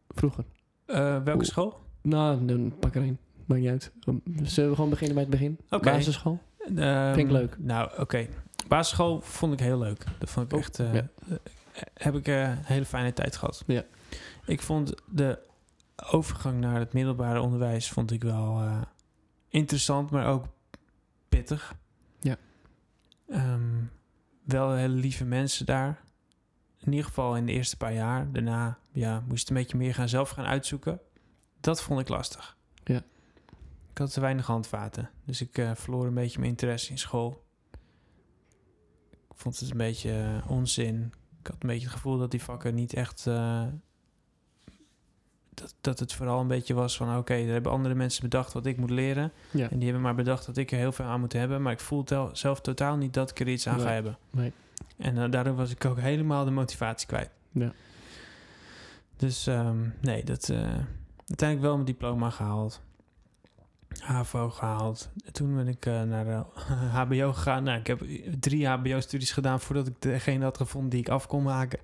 Speaker 1: Vroeger?
Speaker 2: Eh, welke
Speaker 1: Oeh.
Speaker 2: school?
Speaker 1: Nou, dan pak er één. Maakt niet uit. Zullen we gewoon beginnen bij het begin?
Speaker 2: Oké.
Speaker 1: Basisschool?
Speaker 2: Ehm,
Speaker 1: Vind ik leuk.
Speaker 2: Nou, oké. Basisschool vond ik heel leuk. Dat vond ik
Speaker 1: Oh,
Speaker 2: echt... eh,
Speaker 1: ja.
Speaker 2: eh, Heb ik eh, een hele fijne tijd gehad.
Speaker 1: Ja.
Speaker 2: Ik vond de overgang naar het middelbare onderwijs vond ik wel eh, interessant, maar ook pittig.
Speaker 1: Ja.
Speaker 2: Ehm, wel hele lieve mensen daar. In ieder geval in de eerste paar jaar. Daarna ja, moest je het een beetje meer gaan zelf gaan uitzoeken. Dat vond ik lastig.
Speaker 1: Ja.
Speaker 2: Ik had te weinig handvaten. Dus ik eh, verloor een beetje mijn interesse in school. Ik vond het een beetje eh, onzin. Ik had een beetje het gevoel dat die vakken niet echt... eh, dat, dat het vooral een beetje was van... Oké, er hebben andere mensen bedacht wat ik moet leren.
Speaker 1: Ja.
Speaker 2: En die hebben maar bedacht dat ik er heel veel aan moet hebben. Maar ik voel tel- zelf totaal niet dat ik er iets aan ga
Speaker 1: Nee,
Speaker 2: hebben.
Speaker 1: nee.
Speaker 2: En eh, daardoor was ik ook helemaal de motivatie kwijt.
Speaker 1: Ja.
Speaker 2: Dus ehm, nee, dat... eh, uiteindelijk wel mijn diploma gehaald. HAVO gehaald. Toen ben ik eh, naar de HBO gegaan. Nou, ik heb drie HBO-studies gedaan voordat ik degene had gevonden die ik af kon maken.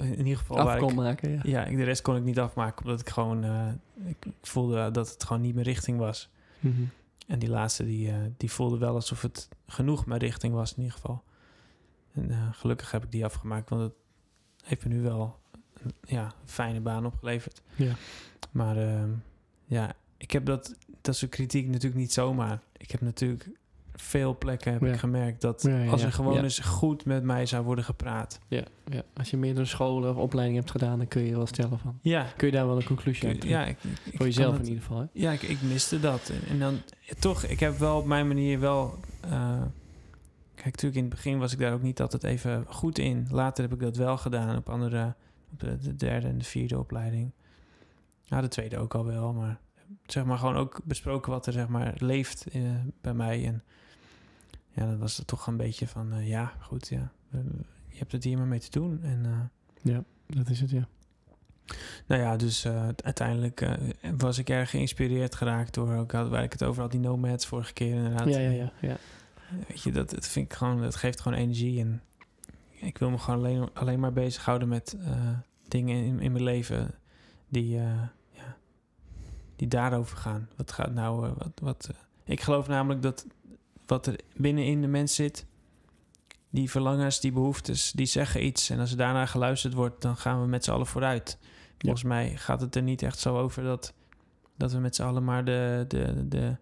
Speaker 2: In ieder geval waar
Speaker 1: Afkom
Speaker 2: ik...
Speaker 1: maken, ja.
Speaker 2: Ja, ik- de rest kon ik niet afmaken, omdat ik gewoon... eh, ik, ik voelde dat het gewoon niet mijn richting was.
Speaker 1: Mhm.
Speaker 2: En die laatste, die, eh, die voelde wel alsof het genoeg mijn richting was in ieder geval. En eh, gelukkig heb ik die afgemaakt, want het heeft me nu wel een, ja, een fijne baan opgeleverd.
Speaker 1: Ja.
Speaker 2: Maar ehm, ja, ik heb dat, dat soort kritiek natuurlijk niet zomaar. Ik heb natuurlijk veel plekken heb
Speaker 1: Ja.
Speaker 2: ik gemerkt dat
Speaker 1: Ja, ja,
Speaker 2: als
Speaker 1: ja.
Speaker 2: er gewoon
Speaker 1: Ja.
Speaker 2: eens goed met mij zou worden gepraat.
Speaker 1: Ja, ja, als je meerdere scholen of opleidingen hebt gedaan, dan kun je wel stellen van.
Speaker 2: Ja,
Speaker 1: Kun je daar wel een conclusie uit
Speaker 2: ik-
Speaker 1: trekken?
Speaker 2: ja ik, ik- ik
Speaker 1: Voor
Speaker 2: kan
Speaker 1: jezelf
Speaker 2: het-
Speaker 1: in ieder geval. Hè?
Speaker 2: Ja, ik, ik miste dat. En, en dan eh, toch, ik heb wel op mijn manier wel. eh, kijk, natuurlijk in het begin was ik daar ook niet altijd even goed in. Later heb ik dat wel gedaan op andere, op de, de derde en de vierde opleiding. Ja, de tweede ook al wel, maar zeg maar gewoon ook besproken wat er zeg maar leeft eh, bij mij. En ja, dat was het toch een beetje van, eh, ja, goed, ja, eh, je hebt het hier maar mee te doen. En eh,
Speaker 1: Dat is het, ja.
Speaker 2: nou ja, dus eh, uiteindelijk eh, was ik erg geïnspireerd geraakt door ook had- waar ik het over had, die nomads vorige keer inderdaad.
Speaker 1: Ja, ja, ja. ja.
Speaker 2: Weet je, dat, dat vind ik gewoon, dat geeft gewoon energie en ik wil me gewoon alleen, alleen maar bezighouden met eh, dingen in, in mijn leven die, eh, ja, die daarover gaan. Wat gaat nou, eh, wat, wat, eh, ik geloof namelijk dat wat er binnenin de mens zit, die verlangens, die behoeftes, die zeggen iets en als er daarna geluisterd wordt, dan gaan we met z'n allen vooruit. Volgens mij gaat het er niet echt zo over dat, dat we met z'n allen maar de, de, de,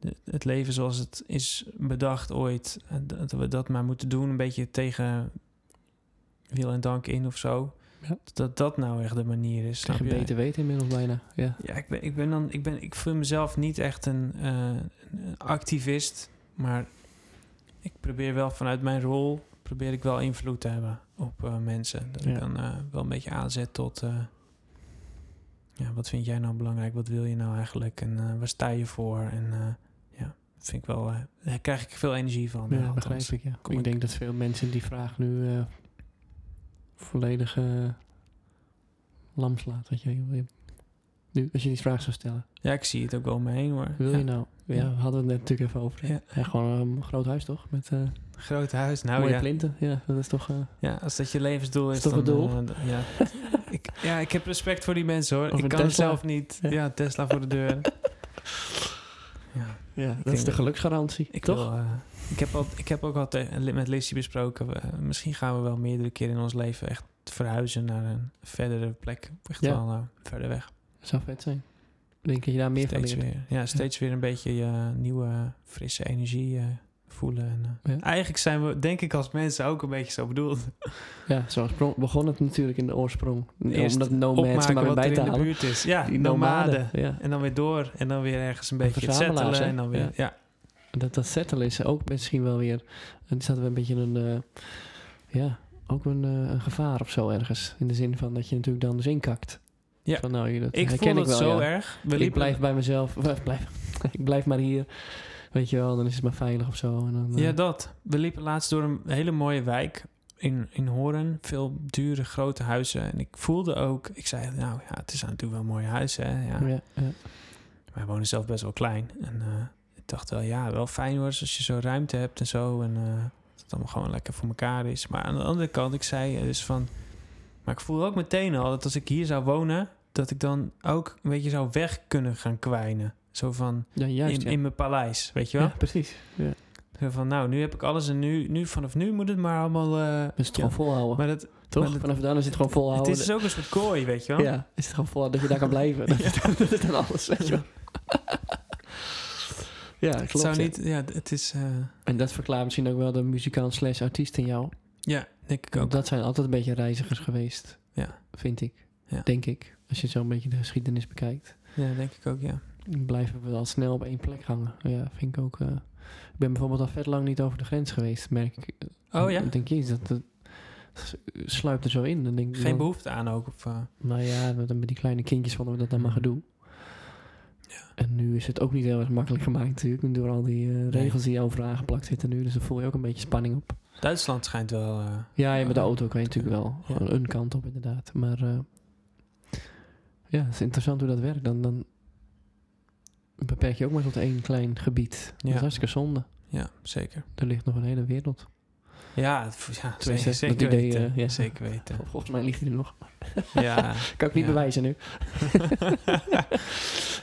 Speaker 2: de- het leven zoals het is bedacht ooit, en dat we dat maar moeten doen, een beetje tegen wil en dank in of zo.
Speaker 1: Ja.
Speaker 2: Dat dat nou echt de manier is. snap
Speaker 1: Tegen
Speaker 2: je?
Speaker 1: beter weten inmiddels bijna. Ja.
Speaker 2: Ja, ik ben, ik ben dan, ik ben, ik voel mezelf niet echt een, eh, een activist, maar ik probeer wel vanuit mijn rol, probeer ik wel invloed te hebben op eh, mensen. Dat
Speaker 1: Ja.
Speaker 2: ik dan eh, wel een beetje aanzet tot, eh, ja, wat vind jij nou belangrijk? Wat wil je nou eigenlijk? En eh, waar sta je voor? En eh, ja, vind ik wel, eh, daar krijg ik veel energie van. eh,
Speaker 1: Ja,
Speaker 2: althans.
Speaker 1: begrijp ik. Ja.
Speaker 2: kom
Speaker 1: Ik
Speaker 2: ik-
Speaker 1: denk dat veel mensen die vraag nu eh, volledig eh, lam slaat. Wat je, nu, als je die vraag zou stellen.
Speaker 2: Ja, ik zie het ook wel om me heen hoor.
Speaker 1: Wil
Speaker 2: Ja.
Speaker 1: je nou? Ja,
Speaker 2: Ja.
Speaker 1: we hadden het net natuurlijk even over.
Speaker 2: Ja.
Speaker 1: Ja, gewoon een groot huis toch? Met eh,
Speaker 2: Groot huis, nou
Speaker 1: mooie
Speaker 2: ja.
Speaker 1: plinten. Ja, dat is toch... eh,
Speaker 2: ja. Als dat je levensdoel is,
Speaker 1: Is dat
Speaker 2: dan...
Speaker 1: het doel?
Speaker 2: eh, d- ja. ik, ja, ik heb respect voor die mensen hoor.
Speaker 1: Of
Speaker 2: ik
Speaker 1: een
Speaker 2: kan het
Speaker 1: Tesla.
Speaker 2: zelf niet.
Speaker 1: Ja.
Speaker 2: Ja, Tesla voor de deur. ja,
Speaker 1: ja, dat
Speaker 2: denk
Speaker 1: is de
Speaker 2: dat-
Speaker 1: geluksgarantie.
Speaker 2: ik
Speaker 1: toch?
Speaker 2: wil, eh, ik, heb al, ik heb ook al te- li- met Lissy besproken. we- eh, misschien gaan we wel meerdere keren in ons leven echt verhuizen naar een verdere plek. Echt
Speaker 1: Ja.
Speaker 2: wel eh, verder weg.
Speaker 1: Dat zou vet zijn. Ik denk dat je daar meer van
Speaker 2: steeds
Speaker 1: leert.
Speaker 2: weer, ja, steeds weer een beetje je nieuwe, frisse energie eh, voelen. En, eh,
Speaker 1: Ja.
Speaker 2: Eigenlijk zijn we, denk ik, als mensen ook een beetje zo bedoeld.
Speaker 1: Ja, zo sprong- begon het natuurlijk in de oorsprong.
Speaker 2: Eerst
Speaker 1: om dat nomads er
Speaker 2: Opmaken
Speaker 1: maar weer
Speaker 2: wat
Speaker 1: bij
Speaker 2: er
Speaker 1: te
Speaker 2: in de
Speaker 1: halen.
Speaker 2: buurt is. Ja,
Speaker 1: Die
Speaker 2: nomaden.
Speaker 1: Ja.
Speaker 2: En dan weer door. En dan weer ergens een beetje het
Speaker 1: verzamelaars,
Speaker 2: settelen.
Speaker 1: hè?
Speaker 2: En dan weer,
Speaker 1: Ja.
Speaker 2: ja.
Speaker 1: Dat, dat settelen is ook misschien wel weer... En er zat wel een beetje een... eh, ja, ook een, eh, een gevaar of zo ergens. In de zin van dat je natuurlijk dan dus inkakt.
Speaker 2: Ja.
Speaker 1: Van, nou, je- dat
Speaker 2: Ik
Speaker 1: herken
Speaker 2: vond het
Speaker 1: wel,
Speaker 2: zo
Speaker 1: ja.
Speaker 2: erg. We
Speaker 1: ik
Speaker 2: liepen-
Speaker 1: blijf bij mezelf. of, eh, blijf, ik blijf maar hier. Weet je wel, dan is het maar veilig of zo. En dan, eh,
Speaker 2: Ja, dat. We liepen laatst door een hele mooie wijk in, in Hoorn. Veel dure, grote huizen. En ik voelde ook... Ik zei, nou ja, het is natuurlijk wel een mooi huis, hè. Ja.
Speaker 1: ja, ja.
Speaker 2: Wij wonen zelf best wel klein. En eh, ik dacht wel, ja, wel fijn hoor, dus als je zo ruimte hebt en zo. En eh, dat het allemaal gewoon lekker voor elkaar is. Maar aan de andere kant, ik zei eh, dus van... Maar ik voelde ook meteen al dat als ik hier zou wonen... dat ik dan ook een beetje zou weg kunnen gaan kwijnen. Zo van,
Speaker 1: Ja, juist.
Speaker 2: in,
Speaker 1: ja.
Speaker 2: in mijn paleis, weet je
Speaker 1: ja,
Speaker 2: wel?
Speaker 1: precies. Ja.
Speaker 2: Zo van, nou, nu heb ik alles en nu, nu vanaf nu moet het maar allemaal... eh,
Speaker 1: Dus het
Speaker 2: ja.
Speaker 1: gewoon volhouden.
Speaker 2: Maar dat,
Speaker 1: toch?
Speaker 2: maar dat-
Speaker 1: Vanaf dan is het gewoon
Speaker 2: het
Speaker 1: volhouden.
Speaker 2: is dus ook een soort kooi, weet je wel?
Speaker 1: ja, is het gewoon volhouden dat je daar kan blijven. Dat, is dan- dat is dan alles, weet je wel. ja, klopt.
Speaker 2: het zou
Speaker 1: ja.
Speaker 2: niet... Ja, d- het is... eh,
Speaker 1: En dat verklaart misschien ook wel de muzikant slash artiest in jou.
Speaker 2: ja, denk ik ook.
Speaker 1: Dat zijn altijd een beetje reizigers geweest.
Speaker 2: Ja.
Speaker 1: Vind ik.
Speaker 2: Ja.
Speaker 1: Denk ik. Als je zo een beetje de geschiedenis bekijkt.
Speaker 2: Ja, denk ik ook, ja.
Speaker 1: Dan blijven we wel snel op één plek hangen. Ja, vind ik ook. eh, ik ben bijvoorbeeld al vet lang niet over de grens geweest, merk ik.
Speaker 2: Oh ja?
Speaker 1: Dan denk je, dat, dat sluipt er zo in. Dan denk ik
Speaker 2: Geen
Speaker 1: dan-
Speaker 2: behoefte aan ook. Of, eh,
Speaker 1: Nou ja, met, met die kleine kindjes vonden we dat dan maar
Speaker 2: Hmm.
Speaker 1: gedoe. En nu is het ook niet heel erg makkelijk gemaakt natuurlijk. Door al die eh, regels die overal aangeplakt zitten nu. Dus dan voel je ook een beetje spanning op.
Speaker 2: Duitsland schijnt wel... eh,
Speaker 1: Ja, ja, met de
Speaker 2: Eh,
Speaker 1: auto kan je natuurlijk wel
Speaker 2: ja.
Speaker 1: gewoon een kant op inderdaad. Maar eh, ja, het is interessant hoe dat werkt. Dan, dan beperk je ook maar tot één klein gebied. Dat
Speaker 2: Ja.
Speaker 1: is hartstikke zonde.
Speaker 2: ja, zeker.
Speaker 1: Er ligt nog een hele wereld.
Speaker 2: Ja, het- ja
Speaker 1: Tenminste,
Speaker 2: zeker,
Speaker 1: dat
Speaker 2: zeker
Speaker 1: idee,
Speaker 2: weten.
Speaker 1: eh, ja.
Speaker 2: Zeker weten.
Speaker 1: Vol- Volgens mij ligt hij er nog.
Speaker 2: ja.
Speaker 1: Kan ik niet
Speaker 2: Ja.
Speaker 1: bewijzen nu. Zou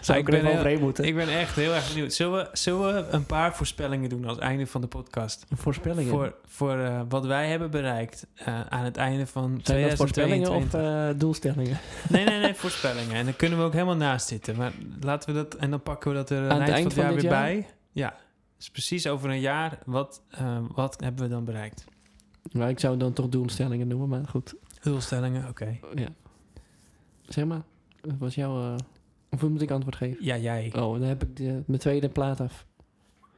Speaker 2: Nou,
Speaker 1: ik
Speaker 2: ik
Speaker 1: er
Speaker 2: ben
Speaker 1: even
Speaker 2: heel-
Speaker 1: overheen moeten.
Speaker 2: Ik ben echt heel erg benieuwd. Zullen we, zullen we een paar voorspellingen doen als einde van de podcast?
Speaker 1: voorspellingen.
Speaker 2: Voor, voor eh, wat wij hebben bereikt eh, aan het einde van
Speaker 1: Zijn dat voorspellingen
Speaker 2: 2022.
Speaker 1: of eh, doelstellingen?
Speaker 2: Nee, nee, nee, voorspellingen. En dan kunnen we ook helemaal naast zitten. Maar laten we dat, en dan pakken we dat er aan,
Speaker 1: het
Speaker 2: het eind
Speaker 1: eind
Speaker 2: van
Speaker 1: van
Speaker 2: het jaar weer
Speaker 1: dit jaar?
Speaker 2: bij. Ja, dus precies over een jaar, wat, eh, wat hebben we dan bereikt?
Speaker 1: Nou, ik zou dan toch doelstellingen noemen, maar goed.
Speaker 2: Doelstellingen, oké.
Speaker 1: Ja. Zeg maar, wat was jouw... eh, of moet ik antwoord geven?
Speaker 2: Ja, jij.
Speaker 1: Oh, dan heb ik de, mijn tweede plaat af.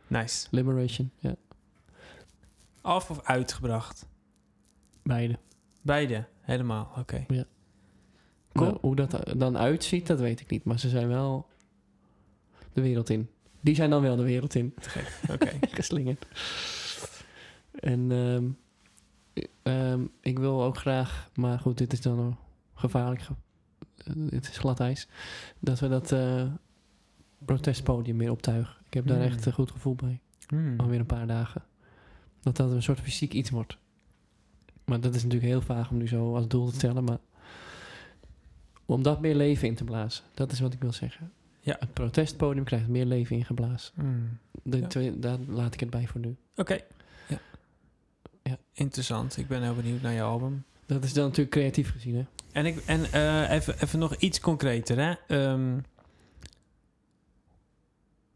Speaker 2: Nice.
Speaker 1: Liberation, ja.
Speaker 2: Af of uitgebracht?
Speaker 1: Beide.
Speaker 2: Beide, helemaal, oké.
Speaker 1: Cool.
Speaker 2: Cool.
Speaker 1: Nou, hoe dat er dan uitziet, dat weet ik niet. Maar ze zijn wel de wereld in. Die zijn dan wel de wereld in.
Speaker 2: Te gek, oké.
Speaker 1: Geslingerd. En ehm, ehm, ik wil ook graag... Maar goed, dit is dan een gevaarlijk... ge- eh, het is glad ijs. Dat we dat eh, protestpodium weer optuigen. Ik heb daar
Speaker 2: Hmm.
Speaker 1: echt een goed gevoel bij.
Speaker 2: Hmm.
Speaker 1: alweer een paar dagen. Dat dat een soort fysiek iets wordt. Maar dat is natuurlijk heel vaag om nu zo als doel te stellen. Maar om dat meer leven in te blazen, dat is wat ik wil zeggen.
Speaker 2: Ja.
Speaker 1: Het protestpodium krijgt meer leven ingeblazen.
Speaker 2: Hmm.
Speaker 1: De
Speaker 2: Ja.
Speaker 1: twee- daar laat ik het bij voor nu.
Speaker 2: Oké. Ja.
Speaker 1: Ja.
Speaker 2: Interessant, ik ben heel benieuwd naar je album.
Speaker 1: Dat is dan natuurlijk creatief gezien, hè?
Speaker 2: En, ik, en eh, even, even nog iets concreter, hè. Ehm,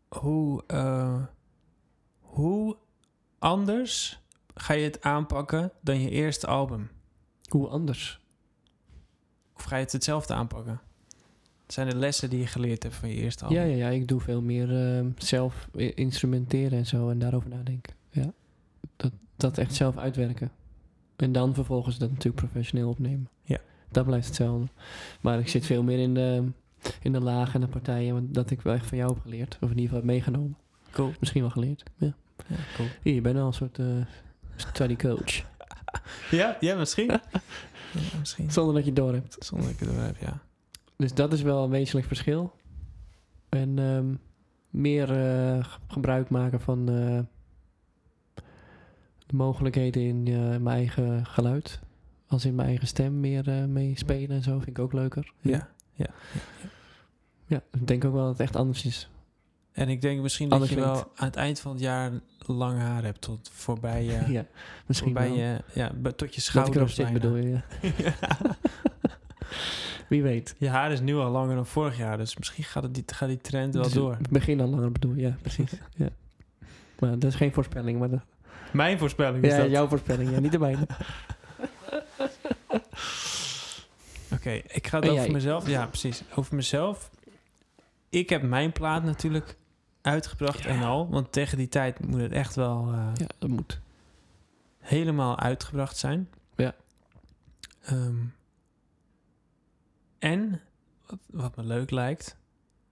Speaker 2: hoe, eh, hoe anders ga je het aanpakken dan je eerste album?
Speaker 1: Hoe anders?
Speaker 2: Of ga je het hetzelfde aanpakken? Zijn er lessen die je geleerd hebt van je eerste album?
Speaker 1: Ja, ja, ja, ik doe veel meer ehm, zelf i- instrumenteren en zo en daarover nadenken. Ja. Dat, dat echt zelf uitwerken. En dan vervolgens dat natuurlijk professioneel opnemen.
Speaker 2: Ja.
Speaker 1: Dat blijft hetzelfde. Maar ik zit veel meer in de in de lagen en de partijen. Want dat ik wel echt van jou heb geleerd. Of in ieder geval heb meegenomen.
Speaker 2: Cool.
Speaker 1: Misschien wel geleerd. Ja.
Speaker 2: Ja, cool.
Speaker 1: Hier, je bent al een soort eh, study coach.
Speaker 2: ja, ja, misschien. ja, misschien.
Speaker 1: Zonder dat je het door hebt.
Speaker 2: Zonder dat ik het door heb, ja.
Speaker 1: Dus dat is wel een wezenlijk verschil. En ehm, meer eh, ge- gebruik maken van eh, de mogelijkheden in eh, mijn eigen geluid. Als in mijn eigen stem meer eh, mee spelen en zo vind ik ook leuker.
Speaker 2: ja.
Speaker 1: Ja, ik denk ook wel dat het echt anders is.
Speaker 2: En ik denk misschien
Speaker 1: Anders
Speaker 2: dat je
Speaker 1: klinkt-
Speaker 2: wel aan het eind van het jaar lang haar hebt tot voorbij je...
Speaker 1: Ja, misschien
Speaker 2: voorbij
Speaker 1: wel.
Speaker 2: je ja, be- tot je
Speaker 1: dat ik erop
Speaker 2: schouders
Speaker 1: zit
Speaker 2: bijna.
Speaker 1: bedoel je. ja. Wie weet.
Speaker 2: Je haar is nu al langer dan vorig jaar, dus misschien gaat, het die, gaat die trend wel
Speaker 1: Dus
Speaker 2: door.
Speaker 1: Het begin al langer bedoel je, ja, precies. ja. Maar dat is geen voorspelling. Maar dat,
Speaker 2: Mijn voorspelling is
Speaker 1: ja,
Speaker 2: dat.
Speaker 1: jouw voorspelling, ja, niet de mijne.
Speaker 2: Oké, ik ga het
Speaker 1: En
Speaker 2: over
Speaker 1: jij?
Speaker 2: mezelf... Ja, precies. Over mezelf. Ik heb mijn plaat natuurlijk uitgebracht en al. Want tegen die tijd moet het echt wel eh,
Speaker 1: Ja, dat moet.
Speaker 2: helemaal uitgebracht zijn.
Speaker 1: Ja.
Speaker 2: Ehm, en wat, wat me leuk lijkt,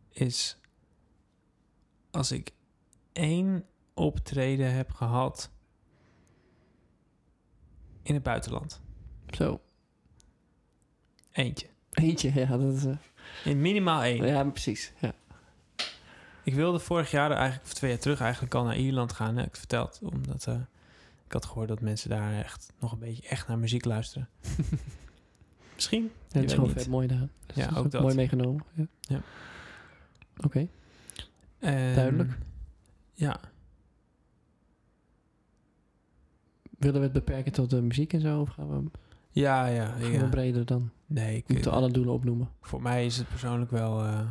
Speaker 2: is als ik één optreden heb gehad in het buitenland.
Speaker 1: Zo.
Speaker 2: Eentje.
Speaker 1: Eentje, ja, dat is. eh,
Speaker 2: In minimaal één.
Speaker 1: ja, precies. Ja.
Speaker 2: Ik wilde vorig jaar eigenlijk, of twee jaar terug eigenlijk al naar Ierland gaan. Heb ik het verteld. Omdat eh, ik had gehoord dat mensen daar echt nog een beetje echt naar muziek luisteren. Misschien.
Speaker 1: Ja, het
Speaker 2: weet
Speaker 1: is gewoon
Speaker 2: niet.
Speaker 1: vet mooi daar. Dus
Speaker 2: Ja,
Speaker 1: dat is
Speaker 2: ook dat.
Speaker 1: Mooi meegenomen. Ja.
Speaker 2: Ja.
Speaker 1: Oké.
Speaker 2: En-
Speaker 1: Duidelijk.
Speaker 2: Ja.
Speaker 1: Willen we het beperken tot de muziek en zo? Of gaan we,
Speaker 2: Ja, ja.
Speaker 1: gaan
Speaker 2: ja.
Speaker 1: we breder dan?
Speaker 2: Nee, ik,
Speaker 1: We moeten alle doelen opnoemen.
Speaker 2: voor mij is het persoonlijk wel... eh,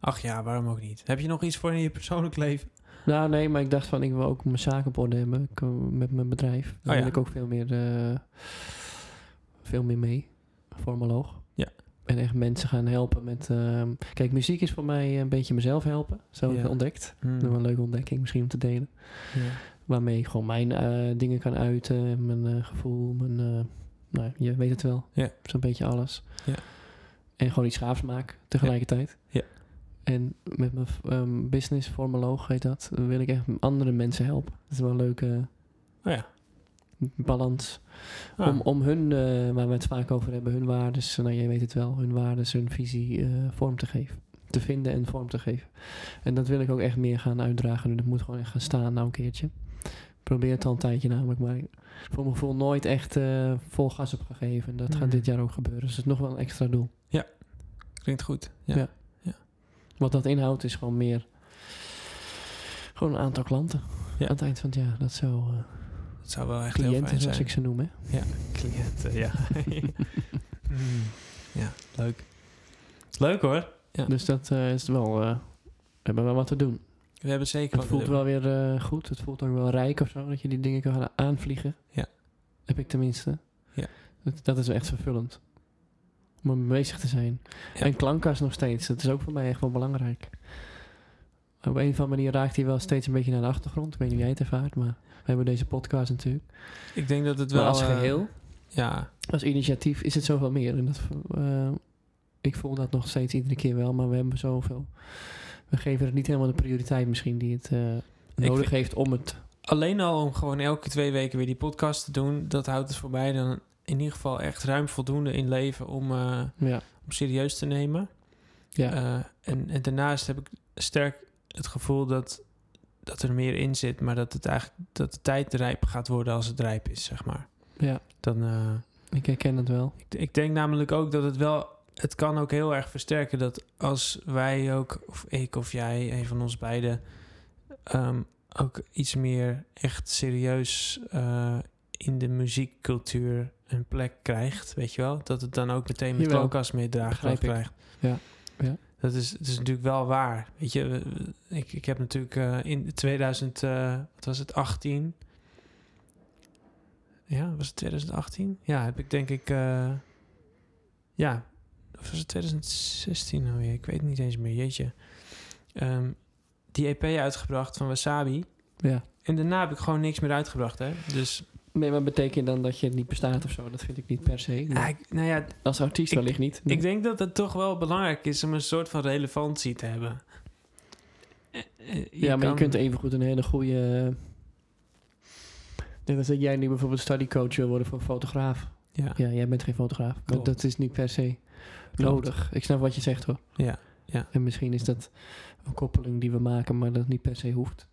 Speaker 2: Ach ja, waarom ook niet? Heb je nog iets voor in je persoonlijk leven?
Speaker 1: Nou, nee, maar ik dacht van ik wil ook mijn zaken op orde hebben ik, eh, met mijn bedrijf. Daar
Speaker 2: Oh, ja.
Speaker 1: wil ik ook veel meer, eh, veel meer mee. Formoloog.
Speaker 2: Ja.
Speaker 1: En echt mensen gaan helpen met. ehm, kijk, muziek is voor mij een beetje mezelf helpen. Zo heb ik
Speaker 2: Ja.
Speaker 1: het ontdekt.
Speaker 2: Hmm.
Speaker 1: Dat is wel een leuke ontdekking misschien om te delen.
Speaker 2: Ja.
Speaker 1: waarmee ik gewoon mijn eh, dingen kan uiten, en mijn eh, gevoel, mijn, eh, nou, je weet het wel,
Speaker 2: Ja.
Speaker 1: zo'n beetje alles.
Speaker 2: Ja.
Speaker 1: En gewoon iets gaafs maak tegelijkertijd.
Speaker 2: Ja.
Speaker 1: En met mijn ehm, business formoloog heet dat, wil ik echt andere mensen helpen. Dat is wel een leuke
Speaker 2: Oh ja.
Speaker 1: balans.
Speaker 2: Ah,
Speaker 1: Om, om hun, eh, waar we het vaak over hebben, hun waardes, nou jij weet het wel, hun waardes, hun visie eh, vorm te geven. Te vinden en vorm te geven. En dat wil ik ook echt meer gaan uitdragen. Nu dat moet gewoon echt gaan staan nou een keertje. Ik Probeer het al een tijdje namelijk, maar voor mijn gevoel nooit echt eh, vol gas op gegeven. En dat
Speaker 2: Mhm.
Speaker 1: gaat dit jaar ook gebeuren. Dus het is nog wel een extra doel.
Speaker 2: Klinkt goed. Ja.
Speaker 1: Ja. Wat dat inhoudt is gewoon meer, gewoon een aantal klanten.
Speaker 2: Ja.
Speaker 1: Aan het eind van het jaar. Dat zou eh,
Speaker 2: Dat zou wel echt heel
Speaker 1: cliënten
Speaker 2: fijn
Speaker 1: zoals
Speaker 2: zijn.
Speaker 1: ik ze noem hè.
Speaker 2: Cliënten, ja. Hmm. ja, leuk. Leuk hoor. Ja.
Speaker 1: Dus dat eh, is wel, eh, we hebben wel wat te doen.
Speaker 2: We hebben zeker
Speaker 1: Het
Speaker 2: wat
Speaker 1: voelt
Speaker 2: te doen.
Speaker 1: wel weer eh, goed. Het voelt ook wel rijk of zo. Dat je die dingen kan gaan aanvliegen.
Speaker 2: Ja.
Speaker 1: Heb ik tenminste.
Speaker 2: Ja.
Speaker 1: Dat, dat is wel echt vervullend. Om ermee bezig te zijn.
Speaker 2: Ja.
Speaker 1: En klankkast nog steeds. Dat is ook voor mij echt wel belangrijk. Op een of andere manier raakt hij wel steeds een beetje naar de achtergrond. Ik weet niet hoe jij het ervaart, maar we hebben deze podcast natuurlijk.
Speaker 2: Ik denk dat het
Speaker 1: Maar
Speaker 2: wel...
Speaker 1: als
Speaker 2: eh,
Speaker 1: geheel,
Speaker 2: ja,
Speaker 1: als initiatief, is het zoveel meer. En dat, eh, ik voel dat nog steeds iedere keer wel, maar we hebben zoveel. We geven het niet helemaal de prioriteit misschien die het eh, nodig
Speaker 2: vind-
Speaker 1: heeft om het
Speaker 2: alleen al om gewoon elke twee weken weer die podcast te doen... dat houdt het voor mij dan in ieder geval echt ruim voldoende in leven om, eh,
Speaker 1: Ja,
Speaker 2: om serieus te nemen.
Speaker 1: ja.
Speaker 2: Eh, en, en daarnaast heb ik sterk het gevoel dat, dat er meer in zit... maar dat, het eigenlijk, dat de tijd rijp gaat worden als het rijp is, zeg maar.
Speaker 1: Ja.
Speaker 2: Dan... eh,
Speaker 1: ik herken het wel.
Speaker 2: Ik, ik denk namelijk ook dat het wel. Het kan ook heel erg versterken dat als wij ook, of ik of jij, een van ons beiden, ehm, ook iets meer echt serieus eh, in de muziekcultuur een plek krijgt, weet je wel? Dat het dan ook meteen met
Speaker 1: Jawel.
Speaker 2: Lucas meedragen
Speaker 1: Begrijp ik.
Speaker 2: krijgt.
Speaker 1: Ja, ja.
Speaker 2: Dat is, het is natuurlijk wel waar. Weet je, we- we- ik, ik heb natuurlijk eh, in 2000, eh, wat was het, 18? Ja, was het 2018? Ja, heb ik denk ik. eh, ja, of was het 2016 alweer? Ik weet het niet eens meer, jeetje. Ehm, die EP uitgebracht van Wasabi.
Speaker 1: Ja.
Speaker 2: En daarna heb ik gewoon niks meer uitgebracht, hè. Dus
Speaker 1: Nee, maar betekent dan dat je het niet bestaat of zo? Dat vind ik niet per se.
Speaker 2: Ja, ik- nou ja,
Speaker 1: Als artiest
Speaker 2: Ik-
Speaker 1: wellicht niet.
Speaker 2: Ik denk dat het toch wel belangrijk is om een soort van relevantie te hebben. Eh, eh,
Speaker 1: ja, maar
Speaker 2: kan-
Speaker 1: je kunt evengoed een hele eh, goede... Net als dat jij nu bijvoorbeeld studycoach wil worden voor een fotograaf.
Speaker 2: Ja,
Speaker 1: Ja, jij bent geen fotograaf. Dat,
Speaker 2: Klopt.
Speaker 1: dat is niet per se nodig. Ik snap wat je zegt hoor.
Speaker 2: Ja, ja.
Speaker 1: En misschien is dat een koppeling die we maken, maar dat niet per se hoeft.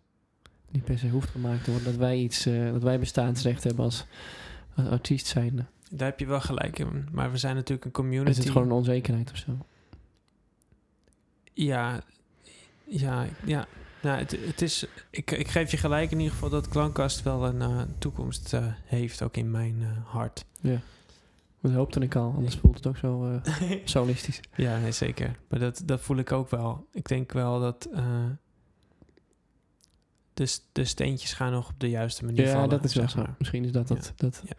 Speaker 1: Niet per se hoeft gemaakt te worden. Dat wij, iets, eh, dat wij bestaansrecht hebben als, als artiest zijnde.
Speaker 2: daar heb je wel gelijk in. Maar we zijn natuurlijk een community.
Speaker 1: Is het gewoon een onzekerheid of zo?
Speaker 2: Ja, ja, ja. Nou, het, het is, ik, ik geef je gelijk in ieder geval dat Klankkast wel een eh, toekomst eh, heeft, ook in mijn eh, hart.
Speaker 1: Dat hoopte ik al, anders voelt het ook zo eh, solistisch.
Speaker 2: Ja, nee, zeker. Maar dat, dat voel ik ook wel. Ik denk wel dat eh, de, s- de steentjes gaan nog op de juiste manier
Speaker 1: Ja,
Speaker 2: vallen.
Speaker 1: dat is wel
Speaker 2: zeg
Speaker 1: zo.
Speaker 2: maar.
Speaker 1: Misschien is dat dat, dat,
Speaker 2: Ja.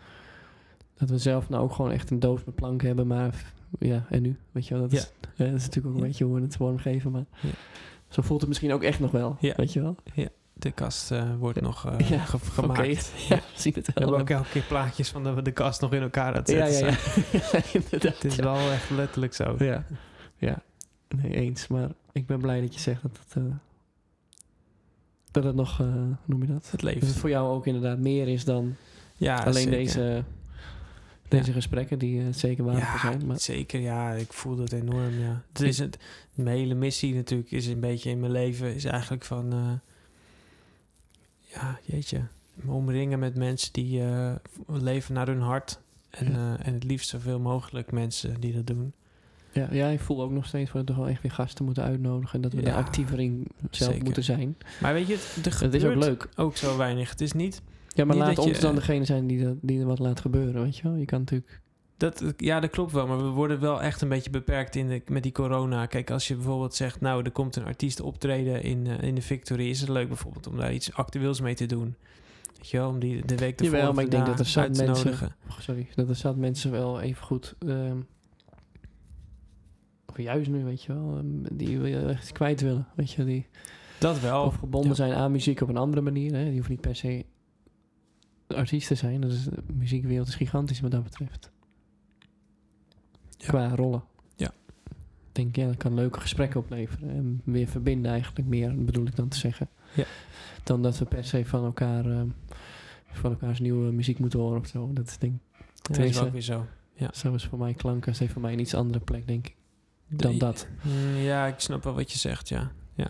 Speaker 1: dat we zelf nou ook gewoon echt een doos met planken hebben, maar f- ja, en nu? Weet je wel, dat,
Speaker 2: Ja.
Speaker 1: is, hè, dat is natuurlijk ook een
Speaker 2: Ja.
Speaker 1: beetje hoe we het vorm geven, maar
Speaker 2: Ja.
Speaker 1: zo voelt het misschien ook echt nog wel,
Speaker 2: Ja.
Speaker 1: weet je wel?
Speaker 2: De kast eh, wordt nog eh,
Speaker 1: Ja,
Speaker 2: ge-
Speaker 1: Oké,
Speaker 2: gemaakt.
Speaker 1: ja, we zien het
Speaker 2: We
Speaker 1: wel.
Speaker 2: hebben ook elke keer plaatjes van dat we de kast nog in elkaar aan het
Speaker 1: Ja,
Speaker 2: zetten
Speaker 1: ja, ja.
Speaker 2: zijn.
Speaker 1: Ja, inderdaad.
Speaker 2: Het is
Speaker 1: ja.
Speaker 2: wel echt letterlijk zo.
Speaker 1: Ja. ja, nee, eens. Maar ik ben blij dat je zegt dat het, eh, dat het nog, eh, hoe noem je dat?
Speaker 2: Het
Speaker 1: Dat het
Speaker 2: leeft.
Speaker 1: Dus voor jou ook inderdaad meer is dan
Speaker 2: Ja,
Speaker 1: alleen
Speaker 2: zeker.
Speaker 1: deze, deze gesprekken die eh, zeker waardevol
Speaker 2: Ja,
Speaker 1: zijn. Maar
Speaker 2: zeker. Ja, ik voel dat enorm, ja. Het is het, mijn hele missie natuurlijk is een beetje in mijn leven... is eigenlijk van... eh, ja, jeetje. Me omringen met mensen die eh, leven naar hun hart. En, eh, en het liefst zoveel mogelijk mensen die dat doen.
Speaker 1: ja, ja, ik voel ook nog steeds dat we toch wel echt weer gasten moeten uitnodigen. En dat we
Speaker 2: Ja,
Speaker 1: daar actiever in zelf
Speaker 2: zeker.
Speaker 1: moeten zijn.
Speaker 2: Maar weet je, het- er
Speaker 1: Dat is ook
Speaker 2: gebeurt
Speaker 1: leuk.
Speaker 2: ook zo weinig. Het is niet
Speaker 1: Ja, maar
Speaker 2: Niet
Speaker 1: laat
Speaker 2: dat je-
Speaker 1: ons dan degene zijn die, dat, die er wat laat gebeuren, weet je wel. Je kan natuurlijk...
Speaker 2: Dat, ja, dat klopt wel. Maar we worden wel echt een beetje beperkt in de, met die corona. Kijk, als je bijvoorbeeld zegt... nou, er komt een artiest optreden in, eh, in de Victory... is het leuk bijvoorbeeld om daar iets actueels mee te doen. Weet je wel, om die de week ervoor
Speaker 1: Jawel,
Speaker 2: of
Speaker 1: maar ik denk
Speaker 2: daarna
Speaker 1: dat er zat
Speaker 2: uit te
Speaker 1: mensen-
Speaker 2: nodigen.
Speaker 1: Oh, sorry, dat er zat mensen wel even goed... ehm, of juist nu, weet je wel, ehm, die we echt iets kwijt willen, weet je, die
Speaker 2: Dat wel.
Speaker 1: of gebonden
Speaker 2: Oh, ja.
Speaker 1: zijn aan muziek op een andere manier. Hè. Die hoeft niet per se artiest te zijn. Dat is, eh, de muziekwereld is gigantisch wat dat betreft.
Speaker 2: Ja.
Speaker 1: Qua rollen.
Speaker 2: Ja.
Speaker 1: Ik denk, ja, dat kan leuke gesprekken opleveren. En weer verbinden eigenlijk meer, bedoel ik dan te zeggen.
Speaker 2: Ja.
Speaker 1: Dan dat we per se van elkaar... ehm, van elkaars nieuwe muziek moeten horen of zo. Dat is denk
Speaker 2: Ja, dat is
Speaker 1: Tenminste-
Speaker 2: ook weer zo.
Speaker 1: zo is voor mij klankkast heeft voor mij een iets andere plek, denk ik. Dan
Speaker 2: De-
Speaker 1: dat.
Speaker 2: Mm, Ja, ik snap wel wat je zegt, ja. ja.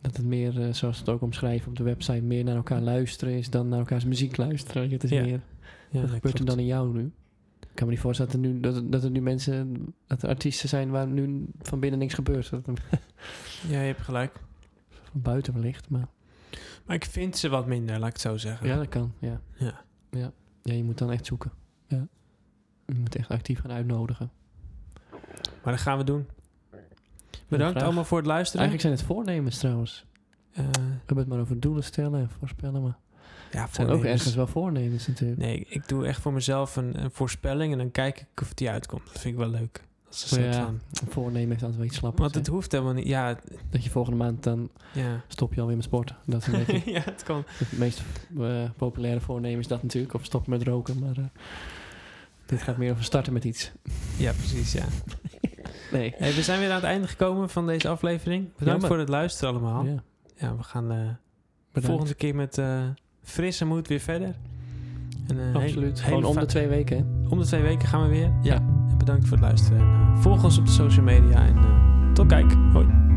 Speaker 1: Dat het meer, eh, zoals ze het ook omschrijven op de website, meer naar elkaar luisteren is dan naar elkaars muziek luisteren. Het is
Speaker 2: Ja.
Speaker 1: meer
Speaker 2: ja
Speaker 1: Wat
Speaker 2: dat
Speaker 1: gebeurt er
Speaker 2: klopt.
Speaker 1: dan in jou nu? Ik kan me niet voorstellen dat er nu, dat, dat er nu mensen, dat er artiesten zijn waar nu van binnen niks gebeurt. Dat er
Speaker 2: Ja, je hebt gelijk.
Speaker 1: van buiten wellicht, maar
Speaker 2: Maar ik vind ze wat minder, laat ik het zo zeggen.
Speaker 1: ja, dat kan. Ja.
Speaker 2: Ja.
Speaker 1: ja. Ja, je moet dan echt zoeken. Ja. Je moet echt actief gaan uitnodigen.
Speaker 2: Maar dat gaan we doen. Bedankt
Speaker 1: graag.
Speaker 2: allemaal voor het luisteren.
Speaker 1: Eigenlijk zijn het voornemens trouwens.
Speaker 2: Eh,
Speaker 1: We hebben het maar over doelen stellen en voorspellen, maar
Speaker 2: ja,
Speaker 1: het zijn ook
Speaker 2: voornemens.
Speaker 1: ergens wel voornemens natuurlijk.
Speaker 2: Nee, ik doe echt voor mezelf een, een voorspelling en dan kijk ik of die uitkomt. Dat vind ik wel leuk. Dat is een
Speaker 1: Maar
Speaker 2: soort
Speaker 1: Oh ja,
Speaker 2: van.
Speaker 1: Een voornemen is altijd wel iets slappers.
Speaker 2: Want het
Speaker 1: hè.
Speaker 2: hoeft helemaal niet. Ja, het-
Speaker 1: Dat je volgende maand dan
Speaker 2: ja.
Speaker 1: stop je alweer met sporten. Dat is een beetje
Speaker 2: ja het kan.
Speaker 1: Het meest eh, populaire voornemen is dat natuurlijk, of stoppen met roken. Maar eh, dit gaat meer over starten met iets.
Speaker 2: Ja, precies. Ja.
Speaker 1: Nee.
Speaker 2: Hey, we zijn weer aan het einde gekomen van deze aflevering. Bedankt
Speaker 1: Jammer.
Speaker 2: voor het luisteren allemaal. Ja,
Speaker 1: Ja,
Speaker 2: we gaan eh, de
Speaker 1: bedankt.
Speaker 2: volgende keer met eh, frisse moed weer verder. En, eh, he-
Speaker 1: Absoluut.
Speaker 2: hele
Speaker 1: Gewoon om
Speaker 2: fa-
Speaker 1: de twee weken. hè.
Speaker 2: om de twee weken gaan we weer. Ja. En bedankt voor het luisteren. En, eh, volg ons op de social media en eh, tot kijk. Hoi.